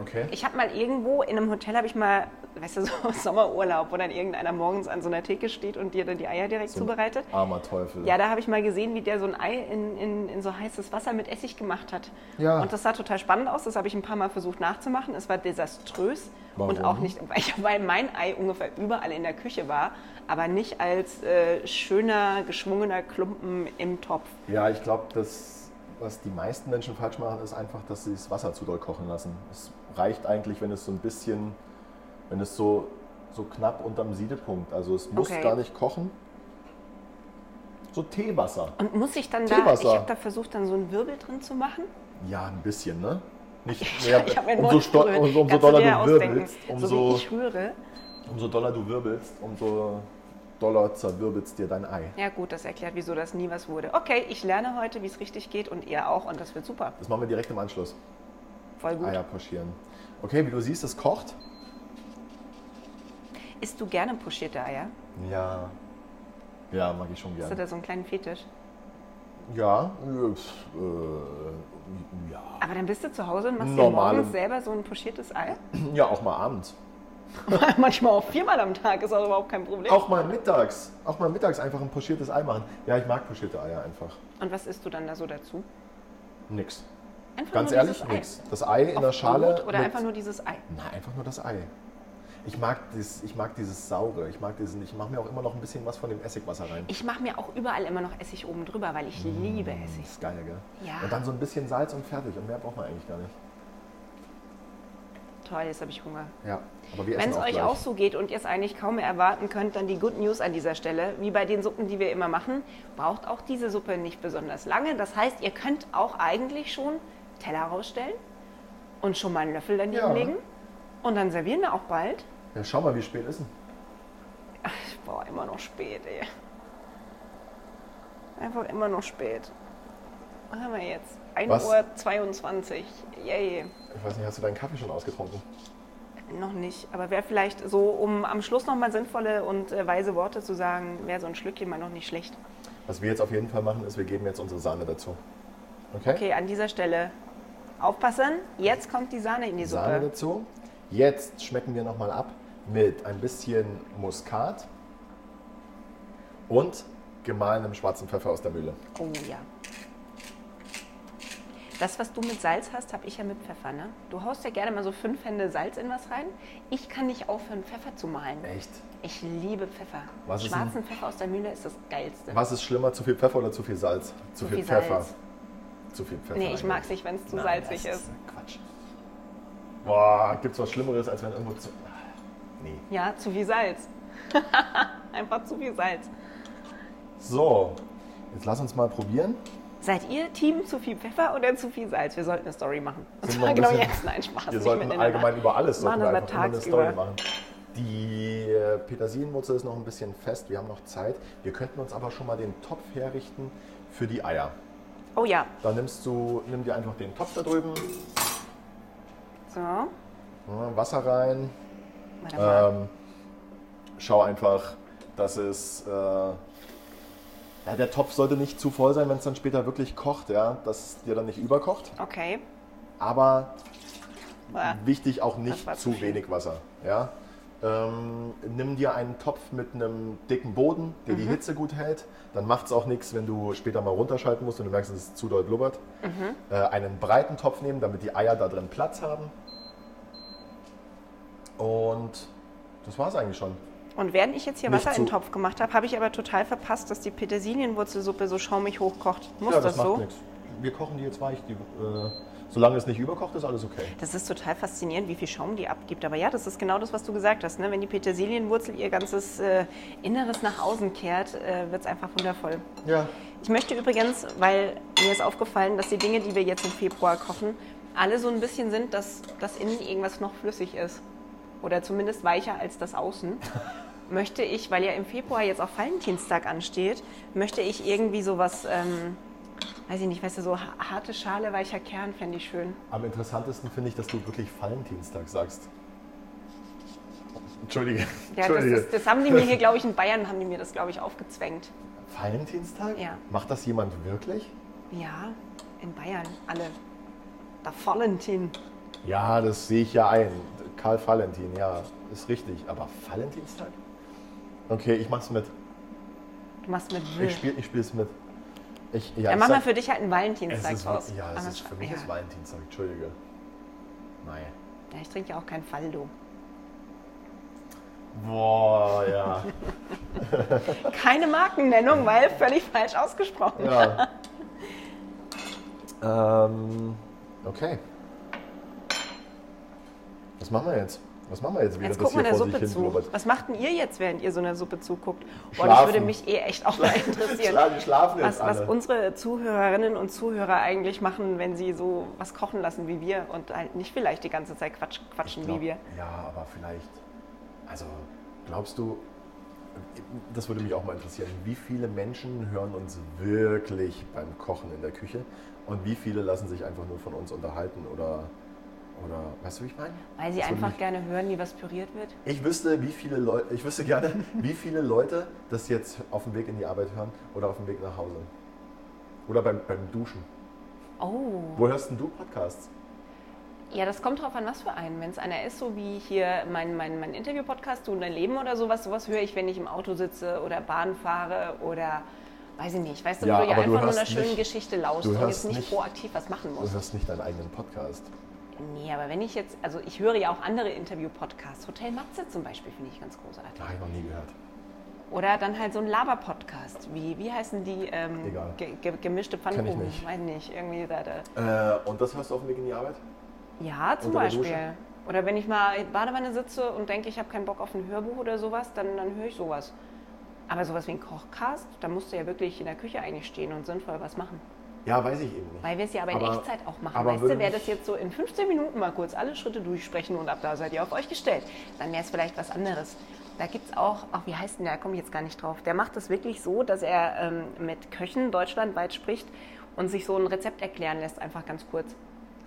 Speaker 3: Okay.
Speaker 4: Ich habe mal irgendwo in einem Hotel, habe ich mal, weißt du, so (laughs) Sommerurlaub, wo dann irgendeiner morgens an so einer Theke steht und dir dann die Eier direkt
Speaker 3: So ein
Speaker 4: zubereitet.
Speaker 3: Armer Teufel.
Speaker 4: Ja, da habe ich mal gesehen, wie der so ein Ei in, in, in so heißes Wasser mit Essig gemacht hat.
Speaker 3: Ja.
Speaker 4: Und das sah total spannend aus. Das habe ich ein paar Mal versucht nachzumachen. Es war desaströs. Und
Speaker 3: Warum?
Speaker 4: auch nicht, weil (laughs) ich- weil mein Ei ungefähr überall in der Küche war, aber nicht als äh, schöner, geschwungener Klumpen im Topf.
Speaker 3: Ja, ich glaube, das, was die meisten Menschen falsch machen, ist einfach, dass sie das Wasser zu doll kochen lassen. Es reicht eigentlich, wenn es so ein bisschen, wenn es so, so knapp unterm Siedepunkt, also es muss
Speaker 4: Okay.
Speaker 3: gar nicht kochen. So Teewasser.
Speaker 4: Und muss ich dann da, ich
Speaker 3: Teewasser.
Speaker 4: habe da versucht, dann so einen Wirbel drin zu machen.
Speaker 3: Ja, ein bisschen, ne?
Speaker 4: (laughs)
Speaker 3: Nicht,
Speaker 4: ich habe einen
Speaker 3: umso,
Speaker 4: Mund
Speaker 3: Um sto-
Speaker 4: gerührt.
Speaker 3: umso, umso
Speaker 4: Kannst
Speaker 3: doller
Speaker 4: dir
Speaker 3: du
Speaker 4: ausdenken.
Speaker 3: wirbelst,
Speaker 4: So wie
Speaker 3: umso,
Speaker 4: ich rühre.
Speaker 3: umso doller du wirbelst, umso doller zerwirbelst dir dein Ei.
Speaker 4: Ja gut, das erklärt, wieso das nie was wurde. Okay, ich lerne heute, wie es richtig geht und ihr auch und das wird super.
Speaker 3: Das machen wir direkt im Anschluss.
Speaker 4: Voll gut.
Speaker 3: Eier pochieren. Okay, wie du siehst, es kocht.
Speaker 4: Isst du gerne pochierte Eier?
Speaker 3: Ja. Ja, mag ich schon
Speaker 4: Hast
Speaker 3: gerne.
Speaker 4: du da so einen kleinen Fetisch?
Speaker 3: Ja, äh, pf, äh, (clears throat) ja.
Speaker 4: Aber dann bist du zu Hause und machst dir
Speaker 3: Normale-
Speaker 4: morgens selber so ein pochiertes Ei? (laughs)
Speaker 3: Ja, auch mal abends.
Speaker 4: Manchmal auch viermal am Tag, ist auch überhaupt kein Problem.
Speaker 3: Auch mal mittags. Auch mal mittags einfach ein pochiertes Ei machen. Ja, ich mag pochierte Eier einfach.
Speaker 4: Und was isst du dann da so dazu?
Speaker 3: Nix.
Speaker 4: Einfach
Speaker 3: Ganz
Speaker 4: nur
Speaker 3: ehrlich,
Speaker 4: dieses
Speaker 3: nix.
Speaker 4: Ei.
Speaker 3: Das Ei in der Schale.
Speaker 4: Brot oder
Speaker 3: mit-
Speaker 4: einfach nur dieses Ei?
Speaker 3: Nein, einfach nur das Ei. Ich mag, dieses, ich mag dieses saure. Ich mag diesen. Ich mache mir auch immer noch ein bisschen was von dem Essigwasser rein.
Speaker 4: Ich mache mir auch überall immer noch Essig oben drüber, weil ich liebe Essig.
Speaker 3: Das ist geil, gell?
Speaker 4: Ja.
Speaker 3: Und dann so ein bisschen Salz und fertig. Und mehr braucht man eigentlich gar nicht.
Speaker 4: Toll, jetzt habe ich Hunger.
Speaker 3: Ja. Aber wir
Speaker 4: Wenn
Speaker 3: essen
Speaker 4: es
Speaker 3: auch
Speaker 4: euch
Speaker 3: gleich.
Speaker 4: auch so geht und ihr es eigentlich kaum mehr erwarten könnt, dann die Good News an dieser Stelle. Wie bei den Suppen, die wir immer machen, braucht auch diese Suppe nicht besonders lange. Das heißt, ihr könnt auch eigentlich schon Teller rausstellen und schon mal einen Löffel daneben
Speaker 3: Ja.
Speaker 4: legen. Und dann servieren wir auch bald.
Speaker 3: Ja, schau mal, wie spät ist denn?
Speaker 4: Boah, immer noch spät, ey. Einfach immer noch spät. Was haben wir jetzt? 1
Speaker 3: Was?
Speaker 4: Uhr 22. Yay.
Speaker 3: Ich weiß nicht, hast du deinen Kaffee schon ausgetrunken?
Speaker 4: Noch nicht, aber wäre vielleicht so, um am Schluss nochmal sinnvolle und äh, weise Worte zu sagen, wäre so ein Schlückchen mal noch nicht schlecht.
Speaker 3: Was wir jetzt auf jeden Fall machen, ist, wir geben jetzt unsere Sahne dazu. Okay?
Speaker 4: Okay, an dieser Stelle aufpassen. Jetzt kommt die Sahne in die
Speaker 3: Sahne
Speaker 4: Suppe.
Speaker 3: dazu. Jetzt schmecken wir nochmal ab mit ein bisschen Muskat und gemahlenem schwarzen Pfeffer aus der Mühle.
Speaker 4: Oh ja. Das, was du mit Salz hast, habe ich ja mit Pfeffer, ne? Du haust ja gerne mal so fünf Hände Salz in was rein. Ich kann nicht aufhören, Pfeffer zu malen.
Speaker 3: Echt?
Speaker 4: Ich liebe Pfeffer.
Speaker 3: Was ist denn-
Speaker 4: Schwarzen Pfeffer aus der Mühle ist das Geilste.
Speaker 3: Was ist schlimmer, zu viel Pfeffer oder zu viel Salz? Zu,
Speaker 4: viel
Speaker 3: Pfeffer.
Speaker 4: Salz.
Speaker 3: Zu viel Pfeffer.
Speaker 4: Nee, ich
Speaker 3: eigentlich.
Speaker 4: mag es nicht, wenn es zu
Speaker 3: Nein,
Speaker 4: salzig
Speaker 3: das
Speaker 4: ist.
Speaker 3: Quatsch. Boah, gibt's was Schlimmeres, als wenn irgendwo zu. Ah, Nee.
Speaker 4: Ja, zu viel Salz. (laughs) Einfach zu viel Salz.
Speaker 3: So, jetzt lass uns mal probieren.
Speaker 4: Seid ihr Team zu viel Pfeffer oder zu viel Salz? Wir sollten eine Story machen. Und
Speaker 3: Sind
Speaker 4: zwar
Speaker 3: wir ein
Speaker 4: genau
Speaker 3: bisschen-
Speaker 4: jetzt. Nein, Spaß.
Speaker 3: Wir
Speaker 4: nicht
Speaker 3: sollten
Speaker 4: miteinander.
Speaker 3: allgemein über alles
Speaker 4: Machen
Speaker 3: sollten wir
Speaker 4: das mal
Speaker 3: einfach immer
Speaker 4: tagsüber.
Speaker 3: eine Story machen. Die äh, Petersilienwurzel ist noch ein bisschen fest, wir haben noch Zeit. Wir könnten uns aber schon mal den Topf herrichten für die Eier.
Speaker 4: Oh ja.
Speaker 3: Da nimmst du, nimm dir einfach den Topf da drüben,
Speaker 4: So. Warte
Speaker 3: ja, Wasser rein.
Speaker 4: mal.
Speaker 3: Ähm, schau einfach, dass es. Äh, ja, der Topf sollte nicht zu voll sein, wenn es dann später wirklich kocht, ja, dass es dir dann nicht überkocht.
Speaker 4: Okay.
Speaker 3: Aber
Speaker 4: Ah,
Speaker 3: Wichtig auch
Speaker 4: Das
Speaker 3: nicht
Speaker 4: war zu
Speaker 3: zu
Speaker 4: viel.
Speaker 3: wenig Wasser. Ja? Ähm, nimm dir einen Topf mit einem dicken Boden, der
Speaker 4: Mhm.
Speaker 3: die Hitze gut hält. Dann macht es auch nichts, wenn du später mal runterschalten musst und du merkst, es ist zu doll blubbert.
Speaker 4: Mhm.
Speaker 3: Äh, einen breiten Topf nehmen, damit die Eier da drin Platz haben. Und das war's eigentlich schon.
Speaker 4: Und während ich jetzt hier
Speaker 3: Nicht
Speaker 4: Wasser in den
Speaker 3: zu-
Speaker 4: Topf gemacht habe, habe ich aber total verpasst, dass die Petersilienwurzelsuppe so schaumig hochkocht. Muss
Speaker 3: ja,
Speaker 4: das,
Speaker 3: macht
Speaker 4: so?
Speaker 3: nichts. Wir kochen die jetzt weich. Die, äh, solange es nicht überkocht, ist alles okay.
Speaker 4: Das ist total faszinierend, wie viel Schaum die abgibt. Aber ja, das ist genau das, was du gesagt hast. Ne? Wenn die Petersilienwurzel ihr ganzes äh, Inneres nach außen kehrt, äh, wird es einfach wundervoll.
Speaker 3: Ja.
Speaker 4: Ich möchte übrigens, weil mir ist aufgefallen, dass die Dinge, die wir jetzt im Februar kochen, alle so ein bisschen sind, dass das innen irgendwas noch flüssig ist. Oder zumindest weicher als das Außen. möchte ich, weil ja im Februar jetzt auch Valentinstag ansteht, möchte ich irgendwie sowas, ähm, weiß ich nicht, weißt du, so ha- harte Schale, weicher Kern fände ich schön.
Speaker 3: Am interessantesten finde ich, dass du wirklich Valentinstag sagst. Entschuldige.
Speaker 4: Ja, das,
Speaker 3: Entschuldige.
Speaker 4: ist, das haben die mir hier, glaube ich, in Bayern haben die mir das, glaube ich, aufgezwängt.
Speaker 3: Valentinstag?
Speaker 4: Ja.
Speaker 3: Macht das jemand wirklich?
Speaker 4: Ja, in Bayern, alle. Da Valentin.
Speaker 3: Ja, das sehe ich ja ein. Karl Valentin, ja, ist richtig. Aber Valentinstag? Okay, ich mach's mit.
Speaker 4: Du machst mit
Speaker 3: Ich spiel, ich spiel's mit. Ich, ja,
Speaker 4: Dann
Speaker 3: ich
Speaker 4: mach mal
Speaker 3: sag-
Speaker 4: für dich halt einen
Speaker 3: es
Speaker 4: Valentinstag
Speaker 3: ist,
Speaker 4: raus.
Speaker 3: Ja, es
Speaker 4: Aber
Speaker 3: ist, für mich
Speaker 4: ja.
Speaker 3: ist Valentinstag, Entschuldige. Nein.
Speaker 4: Ja, ich trinke ja auch kein Faldo.
Speaker 3: Boah,
Speaker 4: (laughs)
Speaker 3: ja.
Speaker 4: Keine Markennennung, weil völlig falsch ausgesprochen. (laughs)
Speaker 3: ja. ähm, okay. Was machen wir jetzt? Was machen wir jetzt wieder,
Speaker 4: Jetzt
Speaker 3: das
Speaker 4: gucken wir der
Speaker 3: hier vor sich
Speaker 4: Suppe
Speaker 3: hin
Speaker 4: zu.
Speaker 3: blubbert?
Speaker 4: Was macht denn ihr jetzt, während ihr so einer Suppe zuguckt? Boah, das
Speaker 3: Schlafen.
Speaker 4: würde mich eh echt auch
Speaker 3: (laughs)
Speaker 4: mal interessieren.
Speaker 3: Klar, die schlafen
Speaker 4: was,
Speaker 3: jetzt
Speaker 4: was
Speaker 3: alle.
Speaker 4: unsere Zuhörerinnen und Zuhörer eigentlich machen, wenn sie so was kochen lassen wie wir und halt nicht vielleicht die ganze Zeit quatsch, quatschen wie
Speaker 3: Glaub-
Speaker 4: wir.
Speaker 3: Ja, aber vielleicht. Also, glaubst du, das würde mich auch mal interessieren, wie viele Menschen hören uns wirklich beim Kochen in der Küche und wie viele lassen sich einfach nur von uns unterhalten oder. Oder, weißt du, wie ich meine?
Speaker 4: Weil sie
Speaker 3: Das würde
Speaker 4: einfach
Speaker 3: mich-
Speaker 4: gerne hören, wie was püriert wird.
Speaker 3: Ich wüsste, wie viele Leute, ich wüsste gerne, (laughs) wie viele Leute das jetzt auf dem Weg in die Arbeit hören oder auf dem Weg nach Hause. Oder beim, beim Duschen.
Speaker 4: Oh.
Speaker 3: Wo hörst denn du Podcasts?
Speaker 4: Ja, das kommt drauf an, was für einen. Wenn es einer ist, so wie hier mein, mein, mein Interview-Podcast, Du und dein Leben oder sowas, sowas höre ich, wenn ich im Auto sitze oder Bahn fahre oder weiß ich nicht. Weißt du,
Speaker 3: Ja,
Speaker 4: wo du ja
Speaker 3: aber
Speaker 4: einfach
Speaker 3: du
Speaker 4: nur
Speaker 3: hörst
Speaker 4: einer schönen
Speaker 3: nicht-
Speaker 4: Geschichte lauschst
Speaker 3: du
Speaker 4: und jetzt
Speaker 3: hörst
Speaker 4: nicht,
Speaker 3: nicht-
Speaker 4: proaktiv was machen
Speaker 3: Du
Speaker 4: musst.
Speaker 3: hörst nicht deinen eigenen Podcast.
Speaker 4: Nee, aber wenn ich jetzt, also ich höre ja auch andere Interview-Podcasts. Hotel Matze zum Beispiel finde ich ganz großartig.
Speaker 3: Nein, noch nie gehört.
Speaker 4: Oder dann halt so ein Laber-Podcast. Wie, wie heißen die? Ähm,
Speaker 3: Egal.
Speaker 4: ge ge gemischte
Speaker 3: ich
Speaker 4: Pfannkuchen.
Speaker 3: nicht.
Speaker 4: Weiß nicht, irgendwie da, da.
Speaker 3: Äh, und das hörst du auf dem Weg in die Arbeit?
Speaker 4: Ja, zum
Speaker 3: Unter der
Speaker 4: Beispiel.
Speaker 3: Dusche?
Speaker 4: Oder wenn ich mal in der Badewanne sitze und denke, ich habe keinen Bock auf ein Hörbuch oder sowas, dann, dann höre ich sowas. Aber sowas wie ein Kochcast, da musst du ja wirklich in der Küche eigentlich stehen und sinnvoll was machen.
Speaker 3: Ja, weiß ich eben nicht.
Speaker 4: Weil wir es ja aber in
Speaker 3: Aber-
Speaker 4: Echtzeit auch machen.
Speaker 3: aber
Speaker 4: Weißt
Speaker 3: würde
Speaker 4: du, wäre
Speaker 3: mich-
Speaker 4: das jetzt so in 15 Minuten mal kurz alle Schritte durchsprechen und ab da seid ihr auf euch gestellt, dann wäre es vielleicht was anderes. Da gibt es auch, ach wie heißt denn der, komme ich jetzt gar nicht drauf, der macht das wirklich so, dass er ähm, mit Köchen deutschlandweit spricht und sich so ein Rezept erklären lässt, einfach ganz kurz.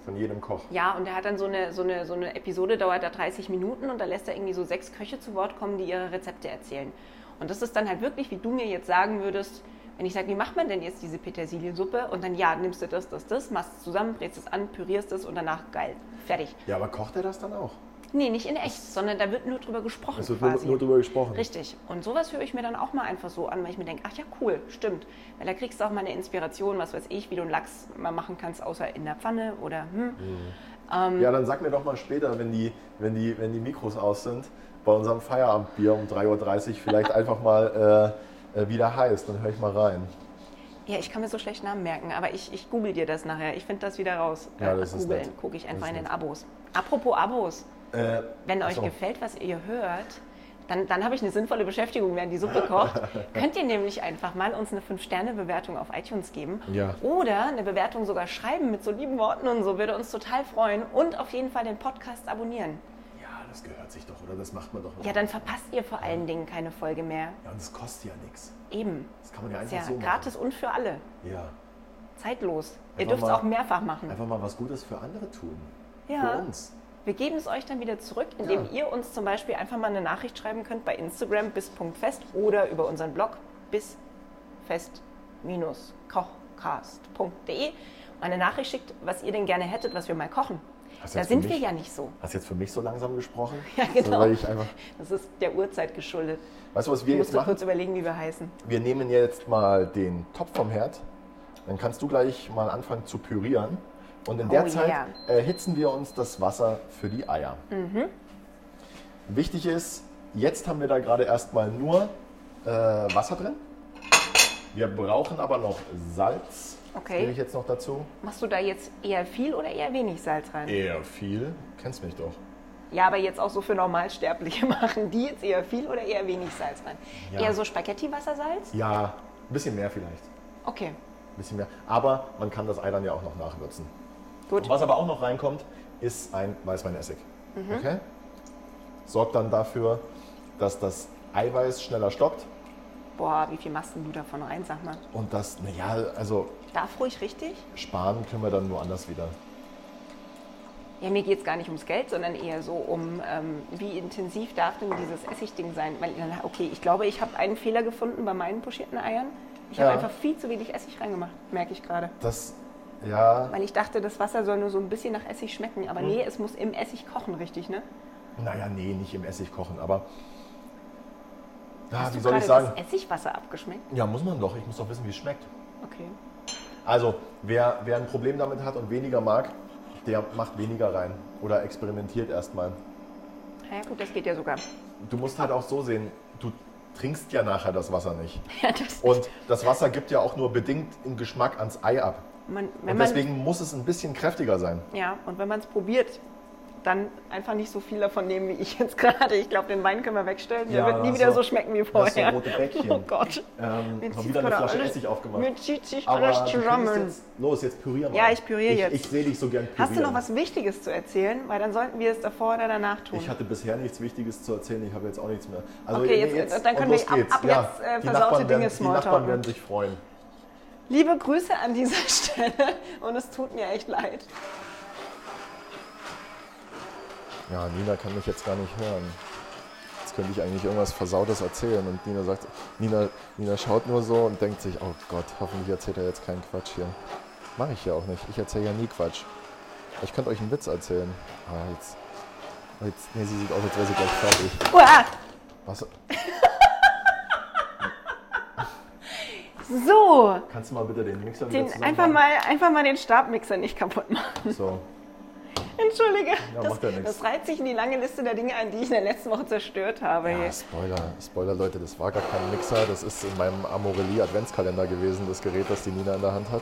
Speaker 3: Von jedem Koch.
Speaker 4: Ja, und er hat dann so eine, so eine, so eine Episode, dauert da 30 Minuten und da lässt er irgendwie so sechs Köche zu Wort kommen, die ihre Rezepte erzählen. Und das ist dann halt wirklich, wie du mir jetzt sagen würdest, wenn ich sage, wie macht man denn jetzt diese Petersiliensuppe? Und dann, ja, nimmst du das, das, das, machst es zusammen, brätst es an, pürierst es und danach geil. Fertig.
Speaker 3: Ja, aber kocht er das dann auch?
Speaker 4: Nee, nicht in echt, sondern da wird nur drüber gesprochen.
Speaker 3: Es wird Also nur,
Speaker 4: quasi.
Speaker 3: nur drüber gesprochen.
Speaker 4: Richtig. Und sowas höre ich mir dann auch mal einfach so an, weil ich mir denke, ach ja, cool, stimmt. Weil da kriegst du auch mal eine Inspiration, was weiß ich, wie du einen Lachs mal machen kannst, außer in der Pfanne oder hm.
Speaker 3: Ja, dann sag mir doch mal später, wenn die, wenn die, wenn die Mikros aus sind, bei unserem Feierabendbier um 3.30 Uhr
Speaker 4: (laughs)
Speaker 3: vielleicht einfach mal, äh, äh, wie der heißt. Dann höre ich mal rein.
Speaker 4: Ja, ich kann mir so schlecht Namen merken, aber ich, ich google dir das nachher. Ich finde das wieder raus. Äh,
Speaker 3: Ja, das ist
Speaker 4: googeln
Speaker 3: nett.
Speaker 4: gucke ich einfach in
Speaker 3: Das ist
Speaker 4: den
Speaker 3: nett.
Speaker 4: Abos. Apropos Abos,
Speaker 3: Äh,
Speaker 4: wenn
Speaker 3: ach
Speaker 4: euch
Speaker 3: so.
Speaker 4: gefällt, was ihr hört, dann, dann habe ich eine sinnvolle Beschäftigung, während die Suppe
Speaker 3: (laughs)
Speaker 4: kocht. Könnt ihr nämlich einfach mal uns eine 5-Sterne-Bewertung auf iTunes geben
Speaker 3: Ja.
Speaker 4: oder eine Bewertung sogar schreiben mit so lieben Worten und so, würde uns total freuen und auf jeden Fall den Podcast abonnieren.
Speaker 3: Ja, das gehört sich doch, oder? Das macht man doch.
Speaker 4: Ja, dann verpasst ihr vor allen Dingen keine Folge mehr.
Speaker 3: Ja, und das kostet ja nichts.
Speaker 4: Eben.
Speaker 3: Das kann man ja
Speaker 4: Ist
Speaker 3: einfach
Speaker 4: ja
Speaker 3: so machen.
Speaker 4: gratis und für alle.
Speaker 3: Ja,
Speaker 4: Zeitlos. Ihr
Speaker 3: Einfach
Speaker 4: dürft es
Speaker 3: mal-
Speaker 4: auch mehrfach machen.
Speaker 3: einfach mal was Gutes für andere tun.
Speaker 4: Ja.
Speaker 3: Für uns.
Speaker 4: Wir geben es euch dann wieder zurück, indem ihr uns zum Beispiel einfach mal eine Nachricht schreiben könnt bei Instagram bis.fest oder über unseren Blog bisfest-kochcast.de mal eine Nachricht schickt, was ihr denn gerne hättet, was wir mal kochen.
Speaker 3: Hast du
Speaker 4: Da
Speaker 3: jetzt für
Speaker 4: sind wir
Speaker 3: mich-
Speaker 4: ja nicht so.
Speaker 3: Hast jetzt für mich so langsam gesprochen?
Speaker 4: (laughs) Ja, genau.
Speaker 3: So, weil ich einfach,
Speaker 4: Das ist der Uhrzeit geschuldet.
Speaker 3: weißt du, was
Speaker 4: Ich
Speaker 3: wir jetzt
Speaker 4: musste
Speaker 3: machen?
Speaker 4: kurz überlegen, wie wir heißen.
Speaker 3: Wir nehmen jetzt mal den Topf vom Herd. Dann kannst du gleich mal anfangen zu pürieren. Und in der
Speaker 4: Oh
Speaker 3: Zeit
Speaker 4: yeah. Mhm.
Speaker 3: erhitzen wir uns das Wasser für die Eier. Wichtig ist, jetzt haben wir da gerade erstmal nur äh, Wasser drin. Wir brauchen aber noch Salz.
Speaker 4: Okay.
Speaker 3: Gebe ich jetzt noch dazu.
Speaker 4: Machst du da jetzt eher viel oder eher wenig Salz rein?
Speaker 3: Eher viel. Kennst mich doch.
Speaker 4: Ja, aber jetzt auch so für Normalsterbliche (laughs) machen die jetzt eher viel oder eher wenig Salz rein?
Speaker 3: Ja.
Speaker 4: Eher so Spaghetti-Wassersalz?
Speaker 3: Ja, ein bisschen mehr vielleicht.
Speaker 4: Okay,
Speaker 3: Ein bisschen mehr. Aber man kann das Ei dann ja auch noch nachwürzen.
Speaker 4: gut.
Speaker 3: Was aber auch noch reinkommt,
Speaker 4: Mhm.
Speaker 3: ist ein Weißweinessig. Okay? Sorgt dann dafür, dass das Eiweiß schneller stockt.
Speaker 4: Boah, wie viel machst denn du davon rein, sag mal?
Speaker 3: Und das, naja, also
Speaker 4: Darf ruhig richtig?
Speaker 3: sparen können wir dann woanders wieder.
Speaker 4: Ja, mir geht es gar nicht ums Geld, sondern eher so um, ähm, wie intensiv darf denn dieses Essigding sein? Weil, na, okay, ich glaube, ich habe einen Fehler gefunden bei meinen pochierten Eiern. Ich habe
Speaker 3: Ja.
Speaker 4: einfach viel zu wenig Essig reingemacht, merke ich gerade.
Speaker 3: Das, ja,
Speaker 4: Weil ich dachte, das Wasser soll nur so ein bisschen nach Essig schmecken.
Speaker 3: Hm.
Speaker 4: Aber nee, es muss im Essig kochen, richtig, ne?
Speaker 3: naja, nee, nicht im Essig kochen, aber. Ja,
Speaker 4: Hast
Speaker 3: wie
Speaker 4: du
Speaker 3: soll ich
Speaker 4: gerade
Speaker 3: sagen?
Speaker 4: das Essigwasser abgeschmeckt?
Speaker 3: Ja, muss man doch. Ich muss doch wissen, wie es schmeckt.
Speaker 4: Okay.
Speaker 3: Also, wer, wer ein Problem damit hat und weniger mag, der macht weniger rein oder experimentiert erstmal.
Speaker 4: Na ja, gut, das geht ja sogar.
Speaker 3: Du musst halt auch so sehen, du trinkst ja nachher das Wasser nicht.
Speaker 4: (laughs) Ja, das,
Speaker 3: Und das Wasser gibt ja auch nur bedingt einen Geschmack ans Ei ab.
Speaker 4: man, wenn man,
Speaker 3: Und deswegen muss es ein bisschen kräftiger sein.
Speaker 4: ja, und wenn man es probiert, dann einfach nicht so viel davon nehmen wie ich jetzt (laughs) gerade. Ich glaube, den Wein können wir wegstellen.
Speaker 3: Ja,
Speaker 4: Der wird nie
Speaker 3: hast
Speaker 4: wieder
Speaker 3: du-
Speaker 4: so schmecken wie
Speaker 3: hast du
Speaker 4: vorher.
Speaker 3: rote
Speaker 4: (laughs)
Speaker 3: Bäckchen.
Speaker 4: Oh Gott.
Speaker 3: Ähm,
Speaker 4: Mir
Speaker 3: hab
Speaker 4: zieht's
Speaker 3: wieder eine
Speaker 4: gerade
Speaker 3: Flasche
Speaker 4: alles-
Speaker 3: Essig aufgemacht.
Speaker 4: Mir zieht sich
Speaker 3: Aber
Speaker 4: alles
Speaker 3: du könntest
Speaker 4: zusammen.
Speaker 3: jetzt, los, jetzt pürier mal.
Speaker 4: Ja, ich püriere
Speaker 3: ich,
Speaker 4: jetzt.
Speaker 3: Ich sehe dich so gern pürieren.
Speaker 4: Hast du noch was Wichtiges zu erzählen? Weil dann sollten wir es davor oder danach tun.
Speaker 3: Ich hatte bisher nichts Wichtiges zu erzählen, ich habe jetzt auch nichts mehr. Also
Speaker 4: Okay, jetzt- dann können
Speaker 3: und los
Speaker 4: wir ab-
Speaker 3: geht's.
Speaker 4: ab jetzt, äh,
Speaker 3: die
Speaker 4: versaute
Speaker 3: Nachbarn
Speaker 4: Dinge
Speaker 3: werden, Die Nachbarn
Speaker 4: smalltalken.
Speaker 3: werden sich freuen.
Speaker 4: Liebe Grüße an dieser (laughs) Stelle und es tut mir echt leid.
Speaker 3: Ja, Nina kann mich jetzt gar nicht hören. Jetzt könnte ich eigentlich irgendwas Versautes erzählen. Und Nina sagt, Nina, Nina schaut nur so und denkt sich, oh Gott, hoffentlich erzählt er jetzt keinen Quatsch hier. Mache ich ja auch nicht. Ich erzähle ja nie Quatsch. Ich könnte euch einen Witz erzählen. Ah, jetzt. jetzt nee, sie sieht aus, als wäre sie gleich fertig.
Speaker 4: Uah.
Speaker 3: Was?
Speaker 4: So,
Speaker 3: Kannst du mal bitte den Mixer wieder
Speaker 4: den,
Speaker 3: zusammen
Speaker 4: einfach, mal, einfach mal den Stabmixer nicht kaputt machen. (laughs)
Speaker 3: So.
Speaker 4: Entschuldige,
Speaker 3: Ja,
Speaker 4: das,
Speaker 3: macht ja nichts.
Speaker 4: das reiht sich in die lange Liste der Dinge ein, die ich in der letzten Woche zerstört habe.
Speaker 3: Ah, Spoiler, Spoiler, Leute, das war gar kein Mixer. Das ist in meinem Amorelie Adventskalender gewesen, das Gerät, das die Nina in der Hand hat.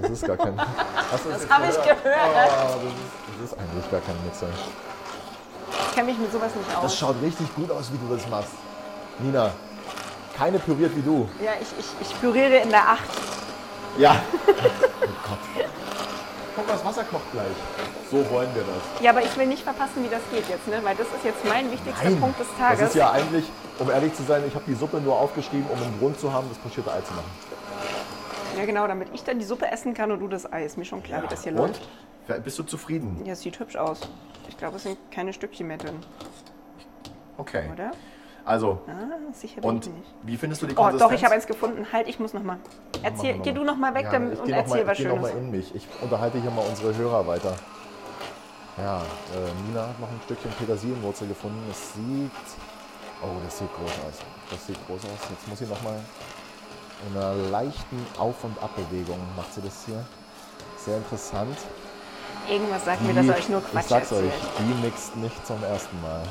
Speaker 3: Das ist
Speaker 4: (laughs)
Speaker 3: gar kein. Hast du
Speaker 4: Das habe ich gehört.
Speaker 3: Ah, das, ist, das ist eigentlich gar kein Mixer.
Speaker 4: Ich kenne mich mit sowas nicht
Speaker 3: Das
Speaker 4: aus.
Speaker 3: schaut richtig gut aus, wie du das machst. Nina, keine püriert wie du.
Speaker 4: Ja, ich, ich, ich püriere in der Acht.
Speaker 3: Ja. oh Gott. Guck mal, das Wasser kocht gleich. So wollen wir das.
Speaker 4: Ja, aber ich will nicht verpassen, wie das geht jetzt, ne? weil das ist jetzt mein wichtigster Punkt des Tages.
Speaker 3: das ist ja eigentlich, um ehrlich zu sein, ich habe die Suppe nur aufgeschrieben, um einen Grund zu haben, das pochierte Ei zu machen.
Speaker 4: Ja, genau, damit ich dann die Suppe essen kann und du das Ei. Ist mir schon klar, wie das hier
Speaker 3: Und?
Speaker 4: läuft.
Speaker 3: Bist du zufrieden?
Speaker 4: Ja, es sieht hübsch aus. Ich glaube, es sind keine Stückchen mehr drin,
Speaker 3: Okay.
Speaker 4: oder?
Speaker 3: Also,
Speaker 4: Ah, sicher bin
Speaker 3: und
Speaker 4: ich mir nicht.
Speaker 3: wie findest du die
Speaker 4: Oh,
Speaker 3: Konsistenz?
Speaker 4: doch, ich habe eins gefunden. Halt, ich muss noch mal. Erzähl,
Speaker 3: Machen wir
Speaker 4: geh
Speaker 3: mal.
Speaker 4: du noch mal weg
Speaker 3: Ja,
Speaker 4: damit
Speaker 3: ich
Speaker 4: und
Speaker 3: geh noch
Speaker 4: erzähl
Speaker 3: mal,
Speaker 4: was
Speaker 3: Ich gehe nochmal
Speaker 4: Schönes.
Speaker 3: in mich. Ich unterhalte hier mal unsere Hörer weiter. Ja, äh, Nina hat noch ein Stückchen Petersilienwurzel gefunden. Es sieht... Oh, das sieht groß aus. Das sieht groß aus. Jetzt muss sie nochmal in einer leichten Auf- und Abbewegung macht sie das hier. Sehr interessant.
Speaker 4: Irgendwas sagt mir, dass er euch nur Quatsch
Speaker 3: ich sag's
Speaker 4: erzählt.
Speaker 3: euch, die mixt nicht zum ersten Mal.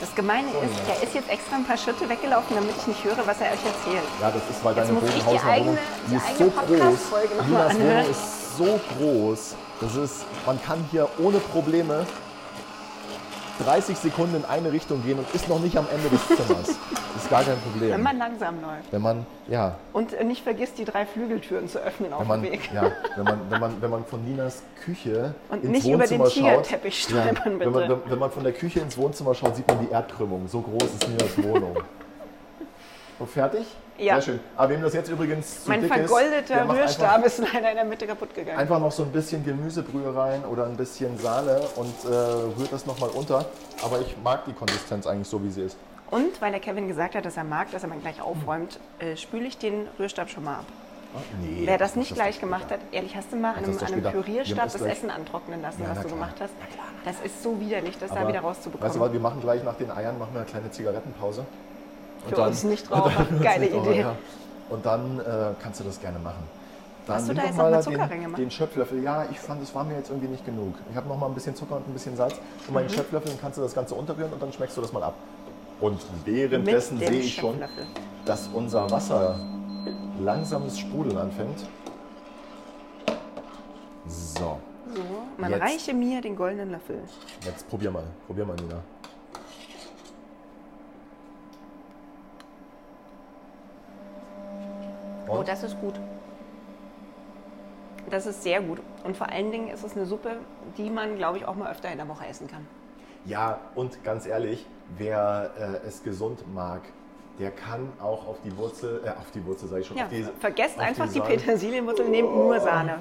Speaker 4: Das Gemeine ist, der ist jetzt extra ein paar Schritte weggelaufen, damit ich nicht höre, was er euch erzählt.
Speaker 3: Ja, das ist, weil deine
Speaker 4: muss ich die
Speaker 3: Bodenhauswohnung,
Speaker 4: eigene-
Speaker 3: die
Speaker 4: die
Speaker 3: ist so
Speaker 4: eigene
Speaker 3: groß.
Speaker 4: Podcast-Folge noch mal
Speaker 3: Ninas Wohnung
Speaker 4: anhören.
Speaker 3: ist so groß, das ist, man kann hier ohne Probleme 30 Sekunden in eine Richtung gehen und ist noch nicht am Ende
Speaker 4: (laughs)
Speaker 3: des Zimmers. das ist gar kein Problem.
Speaker 4: Wenn man langsam läuft.
Speaker 3: wenn man, ja,
Speaker 4: Und äh, nicht vergisst, die drei Flügeltüren zu öffnen auf
Speaker 3: wenn man,
Speaker 4: dem Weg.
Speaker 3: ja, wenn man, wenn man, wenn man von Ninas Küche
Speaker 4: Und
Speaker 3: ins
Speaker 4: nicht über den
Speaker 3: Wohnzimmer schaut,
Speaker 4: Tigerteppich
Speaker 3: ja,
Speaker 4: stolpern, bitte.
Speaker 3: wenn, man, wenn, wenn man von der Küche ins Wohnzimmer schaut, sieht man die Erdkrümmung. So groß ist Ninas
Speaker 4: (laughs)
Speaker 3: Wohnung. Und fertig?
Speaker 4: Ja.
Speaker 3: Sehr schön. Aber wem das jetzt übrigens zu
Speaker 4: mein
Speaker 3: dick ist, der
Speaker 4: vergoldeter
Speaker 3: macht
Speaker 4: Rührstab
Speaker 3: einfach,
Speaker 4: ist leider in der Mitte kaputt gegangen.
Speaker 3: einfach noch so ein bisschen Gemüsebrühe rein oder ein bisschen Sahne und äh, rührt das nochmal unter. Aber ich mag die Konsistenz eigentlich so, wie sie ist.
Speaker 4: Und weil der Kevin gesagt hat, dass er mag, dass er mal gleich aufräumt, äh, spüle ich den Rührstab schon mal ab.
Speaker 3: Ah, Nee,
Speaker 4: Wer das nicht gleich gemacht hat, ehrlich, hast du mal an
Speaker 3: Hat
Speaker 4: einem,
Speaker 3: das doch
Speaker 4: an einem
Speaker 3: gedacht. Jemand
Speaker 4: Pürierstab
Speaker 3: ist
Speaker 4: das
Speaker 3: gleich-
Speaker 4: Essen antrocknen lassen,
Speaker 3: Ja,
Speaker 4: was
Speaker 3: na
Speaker 4: du
Speaker 3: klar.
Speaker 4: gemacht hast? Das ist so widerlich, das da
Speaker 3: Aber
Speaker 4: wieder
Speaker 3: Weißt du was,
Speaker 4: rauszubekommen.
Speaker 3: wir machen gleich nach den Eiern machen wir eine kleine Zigarettenpause. Und
Speaker 4: Für uns nicht
Speaker 3: (laughs)
Speaker 4: drauf.
Speaker 3: Hört's
Speaker 4: Geile
Speaker 3: nicht auf,
Speaker 4: Idee.
Speaker 3: ja. Und dann äh, kannst du das gerne machen. Dann
Speaker 4: Hast du
Speaker 3: nimm
Speaker 4: da
Speaker 3: doch
Speaker 4: jetzt noch mal
Speaker 3: den-
Speaker 4: Zucker reingemacht?
Speaker 3: Den Schöpflöffel. Ja, ich fand, das war mir jetzt irgendwie nicht genug. Ich habe noch mal ein bisschen Zucker und ein bisschen Salz. Und
Speaker 4: Mhm.
Speaker 3: meinen Schöpflöffel dann kannst du das Ganze unterrühren und dann schmeckst du das mal ab. Und währenddessen
Speaker 4: Mit dem
Speaker 3: sehe ich schon,
Speaker 4: Schöpflöffel.
Speaker 3: dass unser Wasser langsames Sprudeln anfängt. So,
Speaker 4: So, man
Speaker 3: Jetzt.
Speaker 4: reiche mir den goldenen Löffel.
Speaker 3: jetzt probier mal. Probier mal, Nina.
Speaker 4: Oh,
Speaker 3: Und?
Speaker 4: das ist gut. Das ist sehr gut. Und vor allen Dingen ist es eine Suppe, die man, glaube ich, auch mal öfter in der Woche essen kann.
Speaker 3: Ja, und ganz ehrlich, wer äh, es gesund mag, der kann auch auf die Wurzel, äh, auf die Wurzel sage ich schon,
Speaker 4: Ja,
Speaker 3: auf die,
Speaker 4: vergesst
Speaker 3: auf
Speaker 4: einfach die,
Speaker 3: Sahne.
Speaker 4: Petersilienwurzel, nehmt nur Sahne.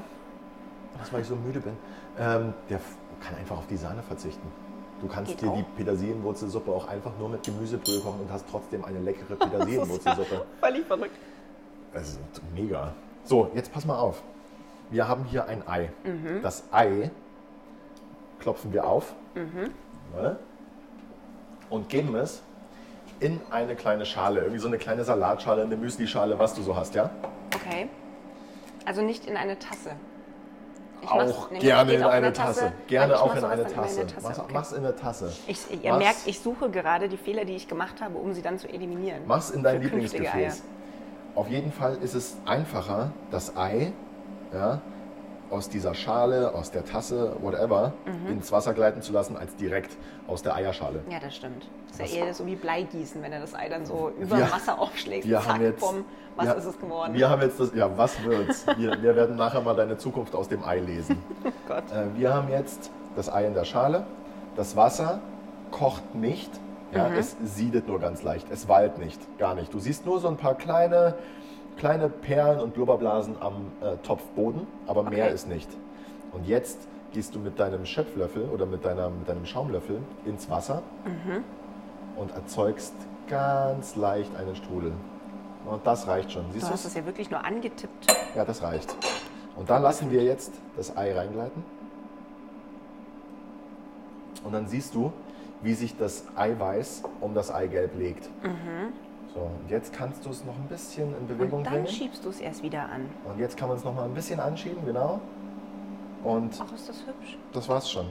Speaker 3: Was, weil ich so müde bin. Ähm, der f- kann einfach auf die Sahne verzichten. Du kannst
Speaker 4: Geht
Speaker 3: dir
Speaker 4: auch.
Speaker 3: die Petersilienwurzelsuppe auch einfach nur mit Gemüsebrühe kochen und hast trotzdem
Speaker 4: (laughs)
Speaker 3: eine leckere Petersilienwurzelsuppe.
Speaker 4: Völlig verrückt.
Speaker 3: Das ist mega. So, jetzt pass mal auf. Wir haben hier ein Ei.
Speaker 4: Mhm.
Speaker 3: Das Ei klopfen wir auf
Speaker 4: Mhm.
Speaker 3: ne? und geben es in eine kleine Schale. Irgendwie so eine kleine Salatschale, eine Müslischale, was du so hast, ja?
Speaker 4: Okay. Also nicht in eine Tasse. Ich
Speaker 3: auch
Speaker 4: mach's- nee,
Speaker 3: gerne
Speaker 4: geht
Speaker 3: in
Speaker 4: auch
Speaker 3: eine
Speaker 4: der
Speaker 3: Tasse.
Speaker 4: Weil
Speaker 3: Gerne
Speaker 4: ich
Speaker 3: auch
Speaker 4: mach
Speaker 3: in
Speaker 4: sowas
Speaker 3: eine
Speaker 4: dann immer
Speaker 3: Tasse.
Speaker 4: in der
Speaker 3: Mach's,
Speaker 4: okay.
Speaker 3: mach's in der Tasse.
Speaker 4: ich, ihr
Speaker 3: Mach's-
Speaker 4: merkt, ich suche gerade die Fehler, die ich gemacht habe, um sie dann zu eliminieren.
Speaker 3: Mach's in dein
Speaker 4: Für künftige
Speaker 3: Lieblingsgefäß. Auf jeden Fall ist es einfacher, das Ei ja, aus dieser Schale, aus der Tasse, whatever, ins Wasser gleiten zu lassen, als direkt aus der Eierschale.
Speaker 4: Ja, das stimmt. Ist
Speaker 3: Was-
Speaker 4: ja eher so wie Bleigießen, wenn du das Ei dann so über
Speaker 3: Wir-
Speaker 4: Wasser aufschlägst.
Speaker 3: Wir
Speaker 4: Zack,
Speaker 3: haben jetzt,
Speaker 4: bumm. Was
Speaker 3: wir,
Speaker 4: ist es geworden?
Speaker 3: Wir haben jetzt das, ja, was wird's? Wir, wir werden nachher mal deine Zukunft aus dem
Speaker 4: (laughs)
Speaker 3: Ei lesen.
Speaker 4: Oh Gott.
Speaker 3: Äh, wir haben jetzt das Ei in der Schale. Das Wasser kocht nicht. Ja,
Speaker 4: Mhm.
Speaker 3: Es siedet nur ganz leicht. Es wallt nicht. Gar nicht. Du siehst nur so ein paar kleine, kleine Perlen und Blubberblasen am äh, Topfboden, aber mehr
Speaker 4: Okay.
Speaker 3: ist nicht. Und jetzt gehst du mit deinem Schöpflöffel oder mit, deiner, mit deinem Schaumlöffel ins Wasser und erzeugst ganz leicht einen Strudel. Und das reicht schon.
Speaker 4: Du
Speaker 3: Siehst
Speaker 4: hast
Speaker 3: du?
Speaker 4: es ja wirklich nur angetippt.
Speaker 3: Ja, das reicht. Und dann lassen wir jetzt das Ei reingleiten. Und dann siehst du, wie sich das Eiweiß um das Eigelb legt. So, und jetzt kannst du es noch ein bisschen in Bewegung
Speaker 4: Mhm. Und dann
Speaker 3: bringen.
Speaker 4: schiebst du es erst wieder an.
Speaker 3: Und jetzt kann man es noch mal ein bisschen anschieben, genau. Und
Speaker 4: Ach, ist das hübsch.
Speaker 3: das war's schon.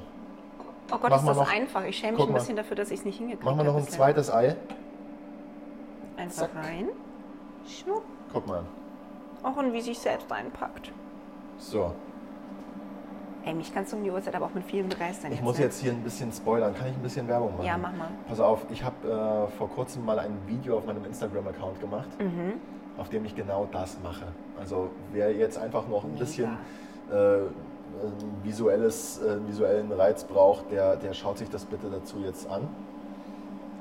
Speaker 4: Oh Gott,
Speaker 3: Mach
Speaker 4: ist
Speaker 3: mal
Speaker 4: das
Speaker 3: noch-
Speaker 4: einfach. Ich schäme mich
Speaker 3: guck
Speaker 4: ein
Speaker 3: mal.
Speaker 4: bisschen dafür, dass ich es nicht hingekriegt habe.
Speaker 3: Machen wir noch ein
Speaker 4: bisher.
Speaker 3: zweites Ei.
Speaker 4: Einfach
Speaker 3: Zack.
Speaker 4: rein. Schnupp.
Speaker 3: Guck mal.
Speaker 4: Auch und wie sich selbst einpackt.
Speaker 3: So,
Speaker 4: Ey, mich kannst du um die Uhrzeit aber auch mit vielen begeistern.
Speaker 3: ich muss
Speaker 4: ne?
Speaker 3: jetzt hier ein bisschen spoilern. Kann ich ein bisschen Werbung machen?
Speaker 4: Ja, mach mal.
Speaker 3: Pass auf, ich habe äh, vor kurzem mal ein Video auf meinem Instagram-Account gemacht,
Speaker 4: Mhm.
Speaker 3: auf dem ich genau das mache. Also wer jetzt einfach noch ein bisschen äh, ein visuelles, äh, visuellen Reiz braucht, der, der schaut sich das bitte dazu jetzt an.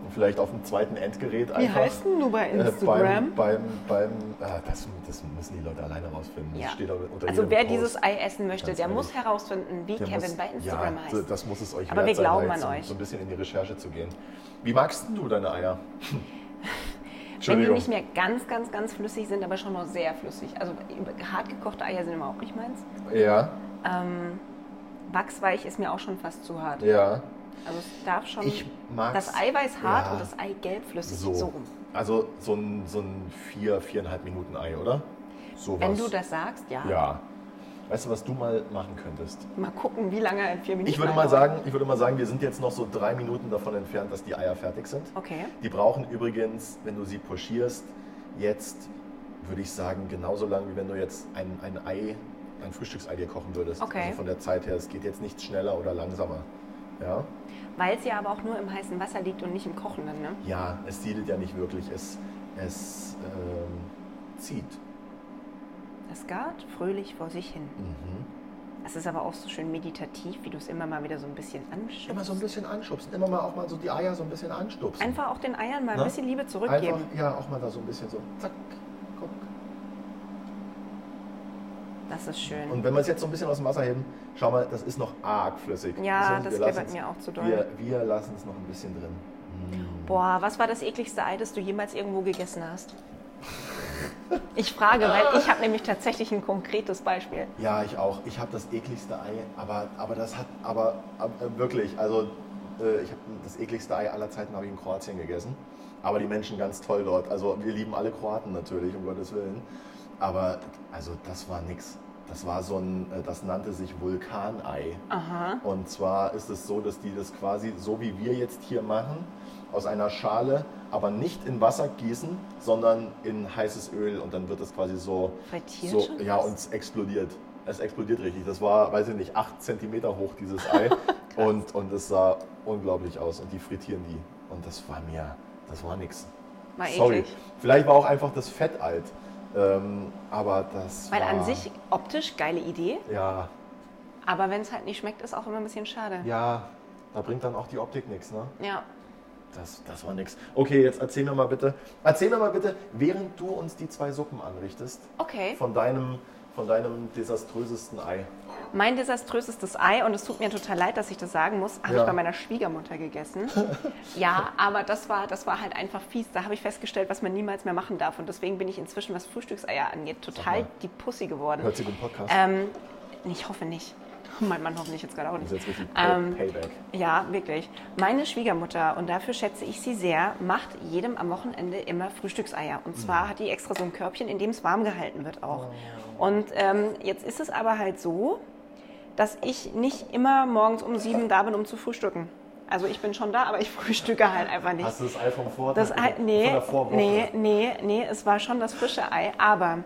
Speaker 3: Und vielleicht auf dem zweiten Endgerät
Speaker 4: Wie
Speaker 3: einfach.
Speaker 4: heißt denn du bei
Speaker 3: äh,
Speaker 4: Instagram?
Speaker 3: beim, beim, beim ah, das, das müssen die Leute alleine rausfinden. Das
Speaker 4: ja.
Speaker 3: steht aber unter
Speaker 4: also
Speaker 3: jedem
Speaker 4: wer
Speaker 3: Post.
Speaker 4: dieses Ei essen möchte,
Speaker 3: Ganz
Speaker 4: der
Speaker 3: ehrlich.
Speaker 4: muss herausfinden, wie
Speaker 3: Der
Speaker 4: Kevin
Speaker 3: muss-
Speaker 4: bei Instagram
Speaker 3: ja,
Speaker 4: heißt.
Speaker 3: Das muss es euch
Speaker 4: Aber
Speaker 3: wert
Speaker 4: wir
Speaker 3: sein,
Speaker 4: glauben
Speaker 3: da
Speaker 4: an
Speaker 3: jetzt
Speaker 4: euch.
Speaker 3: So ein bisschen in die Recherche zu gehen. Wie magst denn du deine Eier?
Speaker 4: (laughs) Wenn die nicht mehr ganz, ganz, ganz flüssig sind, aber schon noch sehr flüssig. Also hart gekochte Eier sind überhaupt nicht meins.
Speaker 3: Ja,
Speaker 4: Wachsweich ist mir auch schon fast zu hart.
Speaker 3: ja.
Speaker 4: Also es darf schon
Speaker 3: Ich mag's-
Speaker 4: das Eiweiß hart
Speaker 3: ja.
Speaker 4: und das Ei gelbflüssig so,
Speaker 3: So.
Speaker 4: rum.
Speaker 3: Also so ein, so ein vier, viereinhalb Minuten Ei, oder? So
Speaker 4: Wenn
Speaker 3: was.
Speaker 4: du das sagst, ja.
Speaker 3: Ja. Weißt du, was du mal machen könntest?
Speaker 4: Mal gucken, wie lange in vier Minuten.
Speaker 3: Ich würde mal
Speaker 4: dauert.
Speaker 3: sagen, ich würde mal sagen, wir sind jetzt noch so drei Minuten davon entfernt, dass die Eier fertig sind.
Speaker 4: Okay.
Speaker 3: Die brauchen übrigens, wenn du sie pochierst, jetzt würde ich sagen, genauso lang, wie wenn du jetzt ein, ein Ei, ein Frühstücksei dir kochen würdest.
Speaker 4: Okay.
Speaker 3: Also von der Zeit her, es geht jetzt nicht schneller oder langsamer. Ja,
Speaker 4: Weil es ja aber auch nur im heißen Wasser liegt und nicht im Kochenden, ne?
Speaker 3: ja es siedet ja nicht wirklich, es, es ähm, zieht.
Speaker 4: Es gart fröhlich vor sich hin.
Speaker 3: Mhm.
Speaker 4: Es ist aber auch so schön meditativ, wie du es immer mal wieder so ein bisschen anschubst.
Speaker 3: Immer so ein bisschen anschubsen, immer mal auch mal so die Eier so ein bisschen anstupsen.
Speaker 4: Einfach auch den Eiern mal ein
Speaker 3: Ne?
Speaker 4: bisschen Liebe zurückgeben.
Speaker 3: Einfach, ja, auch mal da so ein bisschen so, zack, guck.
Speaker 4: Das ist schön.
Speaker 3: Und wenn wir es jetzt so ein bisschen aus dem Wasser heben, schau mal, das ist noch arg flüssig.
Speaker 4: Ja,
Speaker 3: heißt,
Speaker 4: das
Speaker 3: wir
Speaker 4: kleckert
Speaker 3: lassen's-
Speaker 4: mir auch zu doll.
Speaker 3: Wir, wir lassen es noch ein bisschen drin.
Speaker 4: Boah, was war das ekligste Ei, das du jemals irgendwo gegessen hast? Ich frage, weil ich habe nämlich tatsächlich ein konkretes Beispiel.
Speaker 3: Ja, ich auch. Ich habe das ekligste Ei, aber, aber das hat, aber, aber wirklich, also äh, ich habe das ekligste Ei aller Zeiten habe ich in Kroatien gegessen. Aber die Menschen ganz toll dort. Also wir lieben alle Kroaten natürlich, um Gottes Willen. Aber also das war nix. Das war so ein, äh, das nannte sich Vulkanei. Und zwar ist es so, dass die das quasi so wie wir jetzt hier machen, aus einer Schale, aber nicht in Wasser gießen, sondern in heißes Öl und dann wird das quasi so
Speaker 4: Frittiert
Speaker 3: so,
Speaker 4: schon
Speaker 3: ja,
Speaker 4: was?
Speaker 3: und es explodiert. Es explodiert richtig. Das war, weiß ich nicht, 8 cm hoch,
Speaker 4: (laughs)
Speaker 3: dieses Ei. und, und es sah unglaublich aus. Und die frittieren die. Und das war mir, das war nix.
Speaker 4: War
Speaker 3: Sorry.
Speaker 4: eklig.
Speaker 3: Vielleicht war auch einfach das Fett alt. Ähm, aber das
Speaker 4: Weil
Speaker 3: war...
Speaker 4: an sich optisch geile Idee,
Speaker 3: Ja,
Speaker 4: aber wenn es halt nicht schmeckt, ist auch immer ein bisschen schade.
Speaker 3: ja. Da bringt dann auch die Optik nichts, ne?
Speaker 4: Ja.
Speaker 3: Das, das war nix. Okay, jetzt erzähl mir mal bitte, erzähl mir mal bitte, während du uns die zwei Suppen anrichtest,
Speaker 4: Okay.
Speaker 3: von deinem, von deinem desaströsesten Ei.
Speaker 4: Mein desaströsestes Ei, und es tut mir total leid, dass ich das sagen muss, habe
Speaker 3: Ja.
Speaker 4: ich bei meiner Schwiegermutter
Speaker 3: (laughs)
Speaker 4: gegessen. ja, aber das war, das war halt einfach fies. Da habe ich festgestellt, was man niemals mehr machen darf. Und deswegen bin ich inzwischen, was Frühstückseier angeht, total die Pussy geworden.
Speaker 3: Hört sie den Podcast?
Speaker 4: Ähm, ich hoffe nicht. (laughs) Mein Mann hoffentlich jetzt gerade auch
Speaker 3: das
Speaker 4: nicht.
Speaker 3: ist jetzt richtig
Speaker 4: Ähm,
Speaker 3: Payback.
Speaker 4: ja, wirklich. Meine Schwiegermutter, und dafür schätze ich sie sehr, macht jedem am Wochenende immer Frühstückseier. Und zwar
Speaker 3: Mhm.
Speaker 4: hat die extra so ein Körbchen, in dem es warm gehalten wird auch.
Speaker 3: Oh.
Speaker 4: Und ähm, jetzt ist es aber halt so, dass ich nicht immer morgens um sieben da bin, um zu frühstücken. Also ich bin schon da, aber ich (laughs) frühstücke halt einfach nicht.
Speaker 3: Hast du das Ei vom Vortag?
Speaker 4: Das Ei, nee,
Speaker 3: von der Vorwoche?
Speaker 4: nee, nee, nee, es war schon das frische Ei. Aber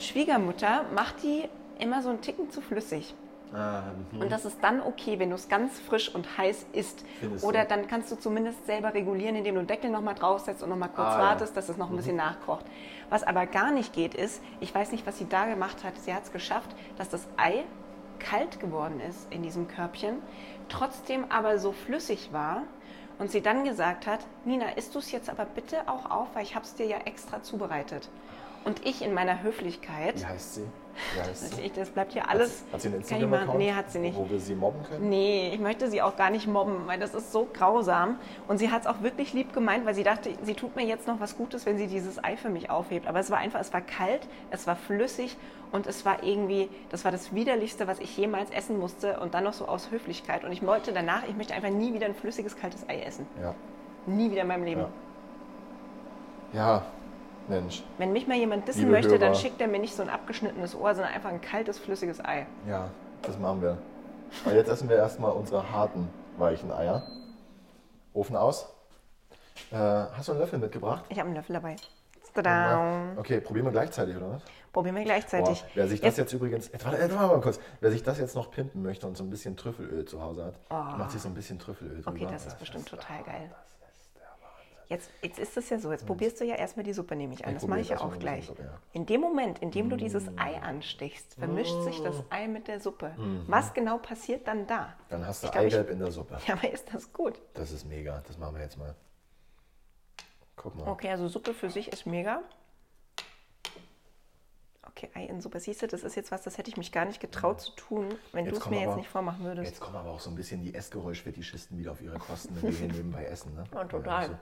Speaker 4: Schwiegermutter macht die immer so einen Ticken zu flüssig.
Speaker 3: Ähm,
Speaker 4: Und das ist dann okay, wenn du es ganz frisch und heiß isst.
Speaker 3: Findest
Speaker 4: Oder
Speaker 3: du?
Speaker 4: dann kannst du zumindest selber regulieren, indem du einen Deckel nochmal draufsetzt und nochmal kurz
Speaker 3: Ah, ja.
Speaker 4: wartest, dass es noch ein bisschen nachkocht. Was aber gar nicht geht, ist, ich weiß nicht, was sie da gemacht hat. Sie hat es geschafft, dass das Ei kalt geworden ist in diesem Körbchen, trotzdem aber so flüssig war. Und sie dann gesagt hat, Nina, isst du es jetzt aber bitte auch auf, weil ich habe es dir ja extra zubereitet. Und ich in meiner Höflichkeit,
Speaker 3: wie heißt sie? Wie heißt sie?
Speaker 4: ich, das bleibt hier alles.
Speaker 3: hat sie einen
Speaker 4: kann ich machen.
Speaker 3: Instagram-Account?
Speaker 4: Nee, hat sie nicht.
Speaker 3: Wo wir sie mobben können?
Speaker 4: Nee, ich möchte sie auch gar nicht mobben, weil das ist so grausam. Und sie hat es auch wirklich lieb gemeint, weil sie dachte, sie tut mir jetzt noch was Gutes, wenn sie dieses Ei für mich aufhebt. Aber es war einfach, es war kalt, es war flüssig und es war irgendwie, das war das Widerlichste, was ich jemals essen musste und dann noch so aus Höflichkeit. Und ich wollte danach, ich möchte einfach nie wieder ein flüssiges, kaltes Ei essen.
Speaker 3: Ja.
Speaker 4: Nie wieder in meinem Leben.
Speaker 3: Ja. Ja, Mensch.
Speaker 4: Wenn mich mal jemand dissen
Speaker 3: Liebe
Speaker 4: möchte, dann
Speaker 3: Hörer.
Speaker 4: schickt er mir nicht so ein abgeschnittenes Ohr, sondern einfach ein kaltes, flüssiges Ei.
Speaker 3: Ja, das machen wir. Aber jetzt essen wir erstmal unsere harten, weichen Eier. Ofen aus. Äh, hast du einen Löffel mitgebracht?
Speaker 4: Ich habe einen Löffel dabei. Tada.
Speaker 3: Okay, probieren wir gleichzeitig, oder was?
Speaker 4: Probieren wir
Speaker 3: Boah,
Speaker 4: gleichzeitig.
Speaker 3: wer sich das jetzt übrigens, jetzt, warte, jetzt warte mal kurz, wer sich das jetzt noch pimpen möchte und so ein bisschen Trüffelöl zu Hause hat, macht sich so ein bisschen Trüffelöl drüber.
Speaker 4: Ah. Okay, das ist bestimmt total geil. Jetzt, jetzt ist es ja so, jetzt probierst du ja erstmal die Suppe, nehme ich an.
Speaker 3: Ich
Speaker 4: Das
Speaker 3: probier
Speaker 4: mache ich ja
Speaker 3: jetzt erstmal
Speaker 4: auch
Speaker 3: ein bisschen
Speaker 4: gleich.
Speaker 3: Suppe, ja. Mm.
Speaker 4: In dem Moment, in dem du dieses Ei anstichst, vermischt sich das Ei mit der Suppe. Was genau passiert dann da?
Speaker 3: Mhm. Dann hast du
Speaker 4: Ich glaub, ich-
Speaker 3: Eigelb in der Suppe.
Speaker 4: Ja, aber ist das gut?
Speaker 3: Das ist mega, das machen wir jetzt mal. Guck mal.
Speaker 4: Okay, also Suppe für sich ist mega. Okay, Ei in Suppe. Siehst du, das ist jetzt was, das hätte ich mich gar nicht getraut zu tun, wenn du
Speaker 3: Mhm. Jetzt
Speaker 4: es
Speaker 3: kommen
Speaker 4: mir jetzt
Speaker 3: aber-
Speaker 4: nicht vormachen würdest.
Speaker 3: Jetzt kommen aber auch so ein bisschen die Essgeräusch-Fetischisten wieder auf ihre Kosten, wenn wir
Speaker 4: (laughs)
Speaker 3: hier nebenbei essen. Ne?
Speaker 4: Ja, total.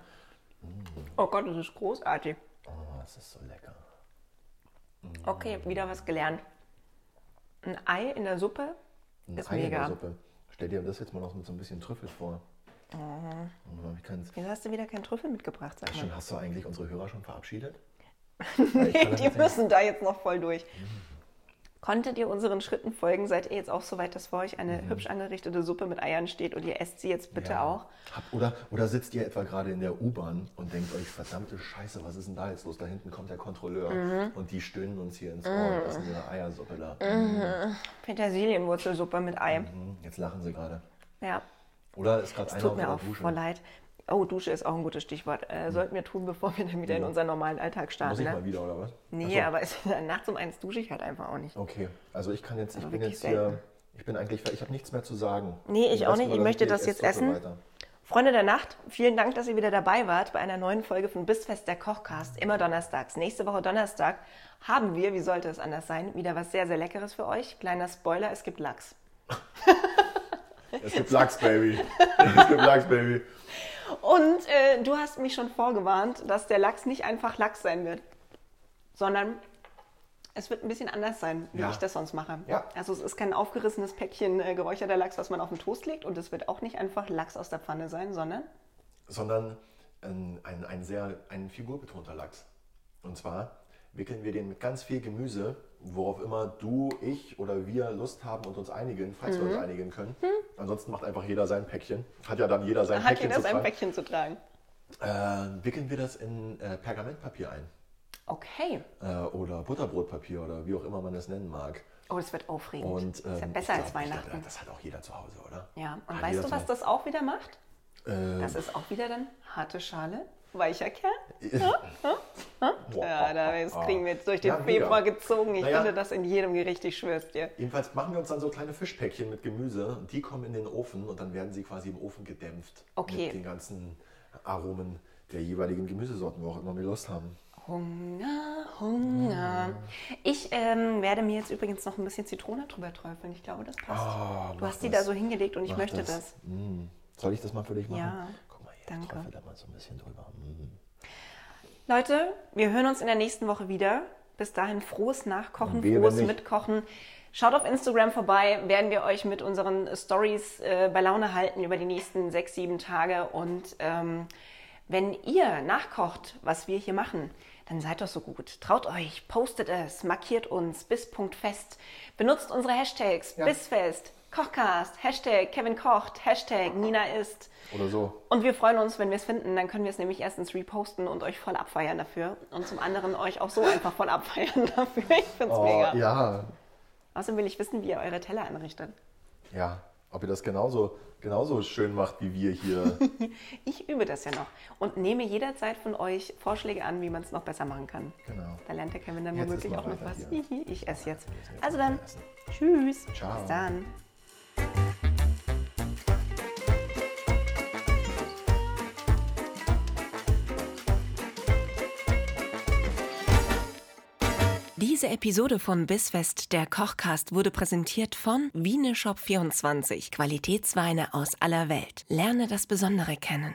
Speaker 4: Oh Gott, das ist großartig.
Speaker 3: oh, das ist so lecker.
Speaker 4: Okay, wieder was gelernt. Ein Ei in der Suppe
Speaker 3: Ein
Speaker 4: ist
Speaker 3: Ei in der
Speaker 4: mega.
Speaker 3: Suppe. Stell dir das jetzt mal noch mit so ein bisschen Trüffel vor. Mhm. Ich kann's.
Speaker 4: Wieso hast du wieder keinen Trüffel mitgebracht, sag mal?
Speaker 3: Schon, hast du eigentlich unsere Hörer schon verabschiedet? Weil ich kann
Speaker 4: (laughs)
Speaker 3: das
Speaker 4: Die
Speaker 3: jetzt
Speaker 4: müssen da jetzt noch voll durch. Konntet ihr unseren Schritten folgen? Seid ihr jetzt auch so weit, dass vor euch eine hübsch angerichtete Suppe mit Eiern steht und ihr esst sie jetzt bitte
Speaker 3: Ja.
Speaker 4: auch?
Speaker 3: Hab, oder, oder sitzt ihr etwa gerade in der U-Bahn und denkt euch, verdammte Scheiße, was ist denn da jetzt los? Da hinten kommt der Kontrolleur
Speaker 4: Mhm.
Speaker 3: und die stöhnen uns hier ins Ohr und essen ihre Eiersuppe da.
Speaker 4: Mhm. Petersilienwurzelsuppe mit Ei.
Speaker 3: Mhm, Jetzt lachen sie gerade.
Speaker 4: Ja,
Speaker 3: Oder ist gerade
Speaker 4: es
Speaker 3: einer
Speaker 4: tut
Speaker 3: auf
Speaker 4: mir
Speaker 3: der
Speaker 4: auch
Speaker 3: Dusche? Mhm.
Speaker 4: voll leid. Oh, Dusche ist auch ein gutes Stichwort. Äh, Sollten wir tun, bevor wir dann wieder in unseren normalen Alltag
Speaker 3: Muss
Speaker 4: starten.
Speaker 3: ich
Speaker 4: Ne?
Speaker 3: mal wieder, oder was?
Speaker 4: Nee,
Speaker 3: Ach so.
Speaker 4: aber es, nachts um eins dusche ich halt einfach auch nicht.
Speaker 3: Okay, also ich kann jetzt, ich
Speaker 4: Aber
Speaker 3: bin
Speaker 4: wirklich
Speaker 3: jetzt
Speaker 4: selten.
Speaker 3: hier, ich bin eigentlich, ich habe nichts mehr zu sagen.
Speaker 4: Nee, ich
Speaker 3: Den
Speaker 4: auch
Speaker 3: Rest
Speaker 4: nicht. Ich
Speaker 3: überlasse
Speaker 4: möchte
Speaker 3: dir.
Speaker 4: das
Speaker 3: Ich
Speaker 4: jetzt
Speaker 3: esse Suppe
Speaker 4: essen.
Speaker 3: Weiter.
Speaker 4: Freunde der Nacht, vielen Dank, dass ihr wieder dabei wart bei einer neuen Folge von Bissfest der Kochcast, immer donnerstags. Nächste Woche Donnerstag haben wir, wie sollte es anders sein, wieder was sehr, sehr Leckeres für euch. Kleiner Spoiler, es gibt Lachs.
Speaker 3: Es gibt Lachs, Baby. (laughs) es gibt Lachs, Baby.
Speaker 4: Und äh, du hast mich schon vorgewarnt, dass der Lachs nicht einfach Lachs sein wird, sondern es wird ein bisschen anders sein, wie
Speaker 3: Ja.
Speaker 4: ich das sonst mache.
Speaker 3: Ja.
Speaker 4: Also es ist kein aufgerissenes Päckchen äh, geräucherter Lachs, was man auf den Toast legt und es wird auch nicht einfach Lachs aus der Pfanne sein, sondern
Speaker 3: sondern ein, ein, ein sehr ein figurbetonter Lachs. Und zwar wickeln wir den mit ganz viel Gemüse, worauf immer du, ich oder wir Lust haben und uns einigen, falls
Speaker 4: Mhm.
Speaker 3: wir uns einigen können. Ansonsten macht einfach jeder sein Päckchen. Hat ja dann jeder sein
Speaker 4: hat
Speaker 3: Päckchen
Speaker 4: jeder
Speaker 3: zu
Speaker 4: sein
Speaker 3: tragen.
Speaker 4: Päckchen zu tragen.
Speaker 3: Äh, wickeln wir das in äh, Pergamentpapier ein
Speaker 4: Okay.
Speaker 3: äh, oder Butterbrotpapier oder wie auch immer man das nennen mag.
Speaker 4: Oh, das wird aufregend.
Speaker 3: Und,
Speaker 4: ist ja
Speaker 3: ähm,
Speaker 4: besser
Speaker 3: ich
Speaker 4: als
Speaker 3: glaub, ich glaub,
Speaker 4: Weihnachten.
Speaker 3: Das hat auch jeder zu Hause, oder?
Speaker 4: ja, und
Speaker 3: Hat
Speaker 4: weißt
Speaker 3: jeder
Speaker 4: du,
Speaker 3: zu
Speaker 4: was
Speaker 3: Hause.
Speaker 4: das auch wieder macht?
Speaker 3: Äh,
Speaker 4: Das ist auch wieder dann harte Schale. weicher Kerl.
Speaker 3: (laughs) Oh,
Speaker 4: Ja, da- das kriegen wir jetzt durch den Februar gezogen. Ich
Speaker 3: Naja.
Speaker 4: finde das in jedem Gericht, ich schwör's dir.
Speaker 3: Jedenfalls machen wir uns dann so kleine Fischpäckchen mit Gemüse. Die kommen in den Ofen und dann werden sie quasi im Ofen gedämpft.
Speaker 4: Okay.
Speaker 3: Mit den ganzen Aromen der jeweiligen Gemüsesorten, wo auch immer wir Lust haben.
Speaker 4: Hunger, Hunger. Ich ähm, werde mir jetzt übrigens noch ein bisschen Zitrone drüber träufeln. Ich glaube, das passt.
Speaker 3: Ah,
Speaker 4: du
Speaker 3: mach
Speaker 4: hast die
Speaker 3: das.
Speaker 4: da so hingelegt und ich
Speaker 3: Mach
Speaker 4: möchte das.
Speaker 3: Mm. Soll ich das mal für dich machen?
Speaker 4: Ja.
Speaker 3: Guck mal, hier,
Speaker 4: Danke.
Speaker 3: ich träufel da mal so ein bisschen drüber. Mm.
Speaker 4: Leute, wir hören uns in der nächsten Woche wieder. Bis dahin frohes Nachkochen,
Speaker 3: Und wehe,
Speaker 4: frohes
Speaker 3: wenn nicht.
Speaker 4: Mitkochen. Schaut auf Instagram vorbei, werden wir euch mit unseren Stories äh, bei Laune halten über die nächsten sechs, sieben Tage. Und ähm, wenn ihr nachkocht, was wir hier machen, dann seid doch so gut. Traut euch, postet es, markiert uns, bis.fest. Benutzt unsere Hashtags, bisfest, Kochcast, Hashtag Kevin kocht, Hashtag Nina ist.
Speaker 3: Oder so.
Speaker 4: Und wir freuen uns, wenn wir es finden. Dann können wir es nämlich erstens reposten und euch voll abfeiern dafür. Und zum anderen euch auch so einfach voll abfeiern (laughs) dafür. Ich find's
Speaker 3: Oh,
Speaker 4: mega.
Speaker 3: ja.
Speaker 4: Außerdem will ich wissen, wie ihr eure Teller anrichtet.
Speaker 3: Ja. Ob ihr das genauso, genauso schön macht wie wir
Speaker 4: (laughs)
Speaker 3: hier.
Speaker 4: Ich übe das ja noch und nehme jederzeit von euch Vorschläge an, wie man es noch besser machen kann.
Speaker 3: Genau.
Speaker 4: Da lernt der Kevin dann
Speaker 3: Jetzt
Speaker 4: womöglich
Speaker 3: ist
Speaker 4: auch
Speaker 3: mal
Speaker 4: noch was.
Speaker 3: weiter
Speaker 4: Hihi, (laughs) Ich esse jetzt.
Speaker 3: müssen jetzt
Speaker 4: Also
Speaker 3: weiter
Speaker 4: dann,
Speaker 3: essen.
Speaker 4: tschüss.
Speaker 3: Ciao.
Speaker 4: Bis dann.
Speaker 1: Diese Episode von Bissfest, der Kochcast, wurde präsentiert von Wieneshop24, Qualitätsweine aus aller Welt. Lerne das Besondere kennen.